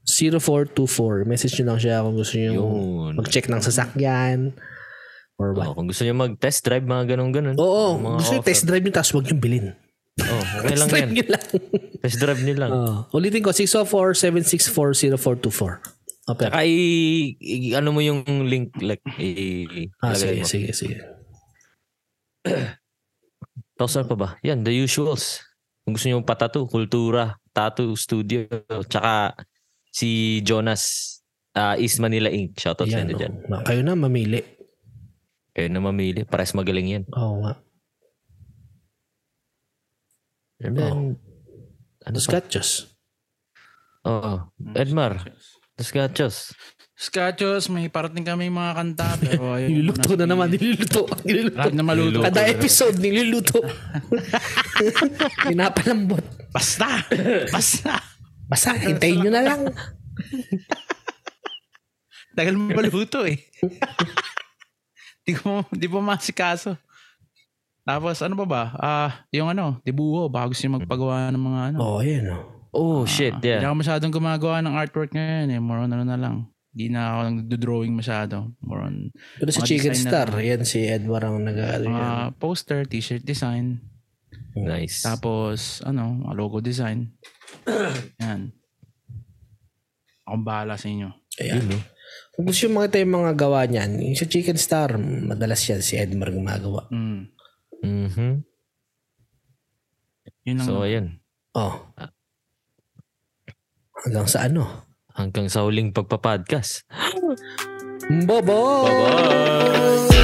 Speaker 1: 604-754-0424. Message nyo lang siya kung gusto nyo
Speaker 3: Yun.
Speaker 1: mag-check ng sasakyan. Or
Speaker 3: Oh,
Speaker 1: what.
Speaker 3: kung gusto nyo mag-test drive, mga ganun-ganun.
Speaker 1: Diba? Oo,
Speaker 3: Mga
Speaker 1: gusto nyo
Speaker 3: offer.
Speaker 1: test drive nyo tapos huwag nyo bilhin.
Speaker 3: Oh, okay
Speaker 1: Test
Speaker 3: lang yan.
Speaker 1: drive Oh. nyo lang.
Speaker 3: Test drive nyo lang.
Speaker 1: Oo. ulitin ko, 604-764-0424. Okay.
Speaker 3: Tsaka i, i- ano mo yung link like i, i
Speaker 1: Ah, sige,
Speaker 3: ilagay mo.
Speaker 1: sige, sige.
Speaker 3: Tapos ano pa ba? Yan, the usuals. Kung gusto nyo patato, kultura, tattoo studio, tsaka si Jonas ah, East Manila Inc. Shoutout sa
Speaker 1: Yan,
Speaker 3: inyo dyan.
Speaker 1: oh. Kayo na mamili.
Speaker 3: Kayo na mamili. Pares magaling yan.
Speaker 1: Oo nga.
Speaker 3: And then, ano
Speaker 1: Los
Speaker 3: pa?
Speaker 1: Gatos.
Speaker 3: Oo. Edmar, Los Gatos.
Speaker 2: Skachos, may parating kami mga kanta. Pero ayun.
Speaker 1: Niluluto na naman, niluluto.
Speaker 2: Lahat
Speaker 1: niluluto.
Speaker 2: na maluto. eh,
Speaker 1: Kada episode, niluluto. Pinapalambot.
Speaker 2: Basta! Basta!
Speaker 1: Basta, hintayin nyo na lang.
Speaker 2: Tagal mo maluto eh. di ko di pa masikaso. Tapos ano ba ba? Ah, yung ano, dibuho, baka gusto nyo magpagawa ng mga ano.
Speaker 1: Oo, oh, yun. Oh.
Speaker 3: Oh,
Speaker 2: Ah,
Speaker 3: shit.
Speaker 2: Hindi
Speaker 3: Yeah.
Speaker 2: ako masyadong gumagawa ng artwork ngayon eh. More on ano na lang. Hindi na ako nagdo-drawing masyado. More on
Speaker 1: Pero si
Speaker 2: Mga
Speaker 1: Chicken
Speaker 2: design na Ah,
Speaker 1: Star, yan si Edward ang nag-ano
Speaker 2: mga
Speaker 1: yan.
Speaker 2: poster, t-shirt design.
Speaker 3: Nice.
Speaker 2: Tapos ano, mga logo design. Yan. Akong bahala sa inyo.
Speaker 1: Ayan.
Speaker 2: oh.
Speaker 1: Kung gusto yung mga tayong mga gawa niyan, yung sa Chicken Star, madalas yan si Edmar gumagawa.
Speaker 2: Mm.
Speaker 3: Mhm.
Speaker 2: Yun lang.
Speaker 3: So, ayun.
Speaker 1: Oh. Hanggang sa ano?
Speaker 3: Hanggang sa huling pagpa-podcast.
Speaker 1: Bobo!
Speaker 3: Bye-bye!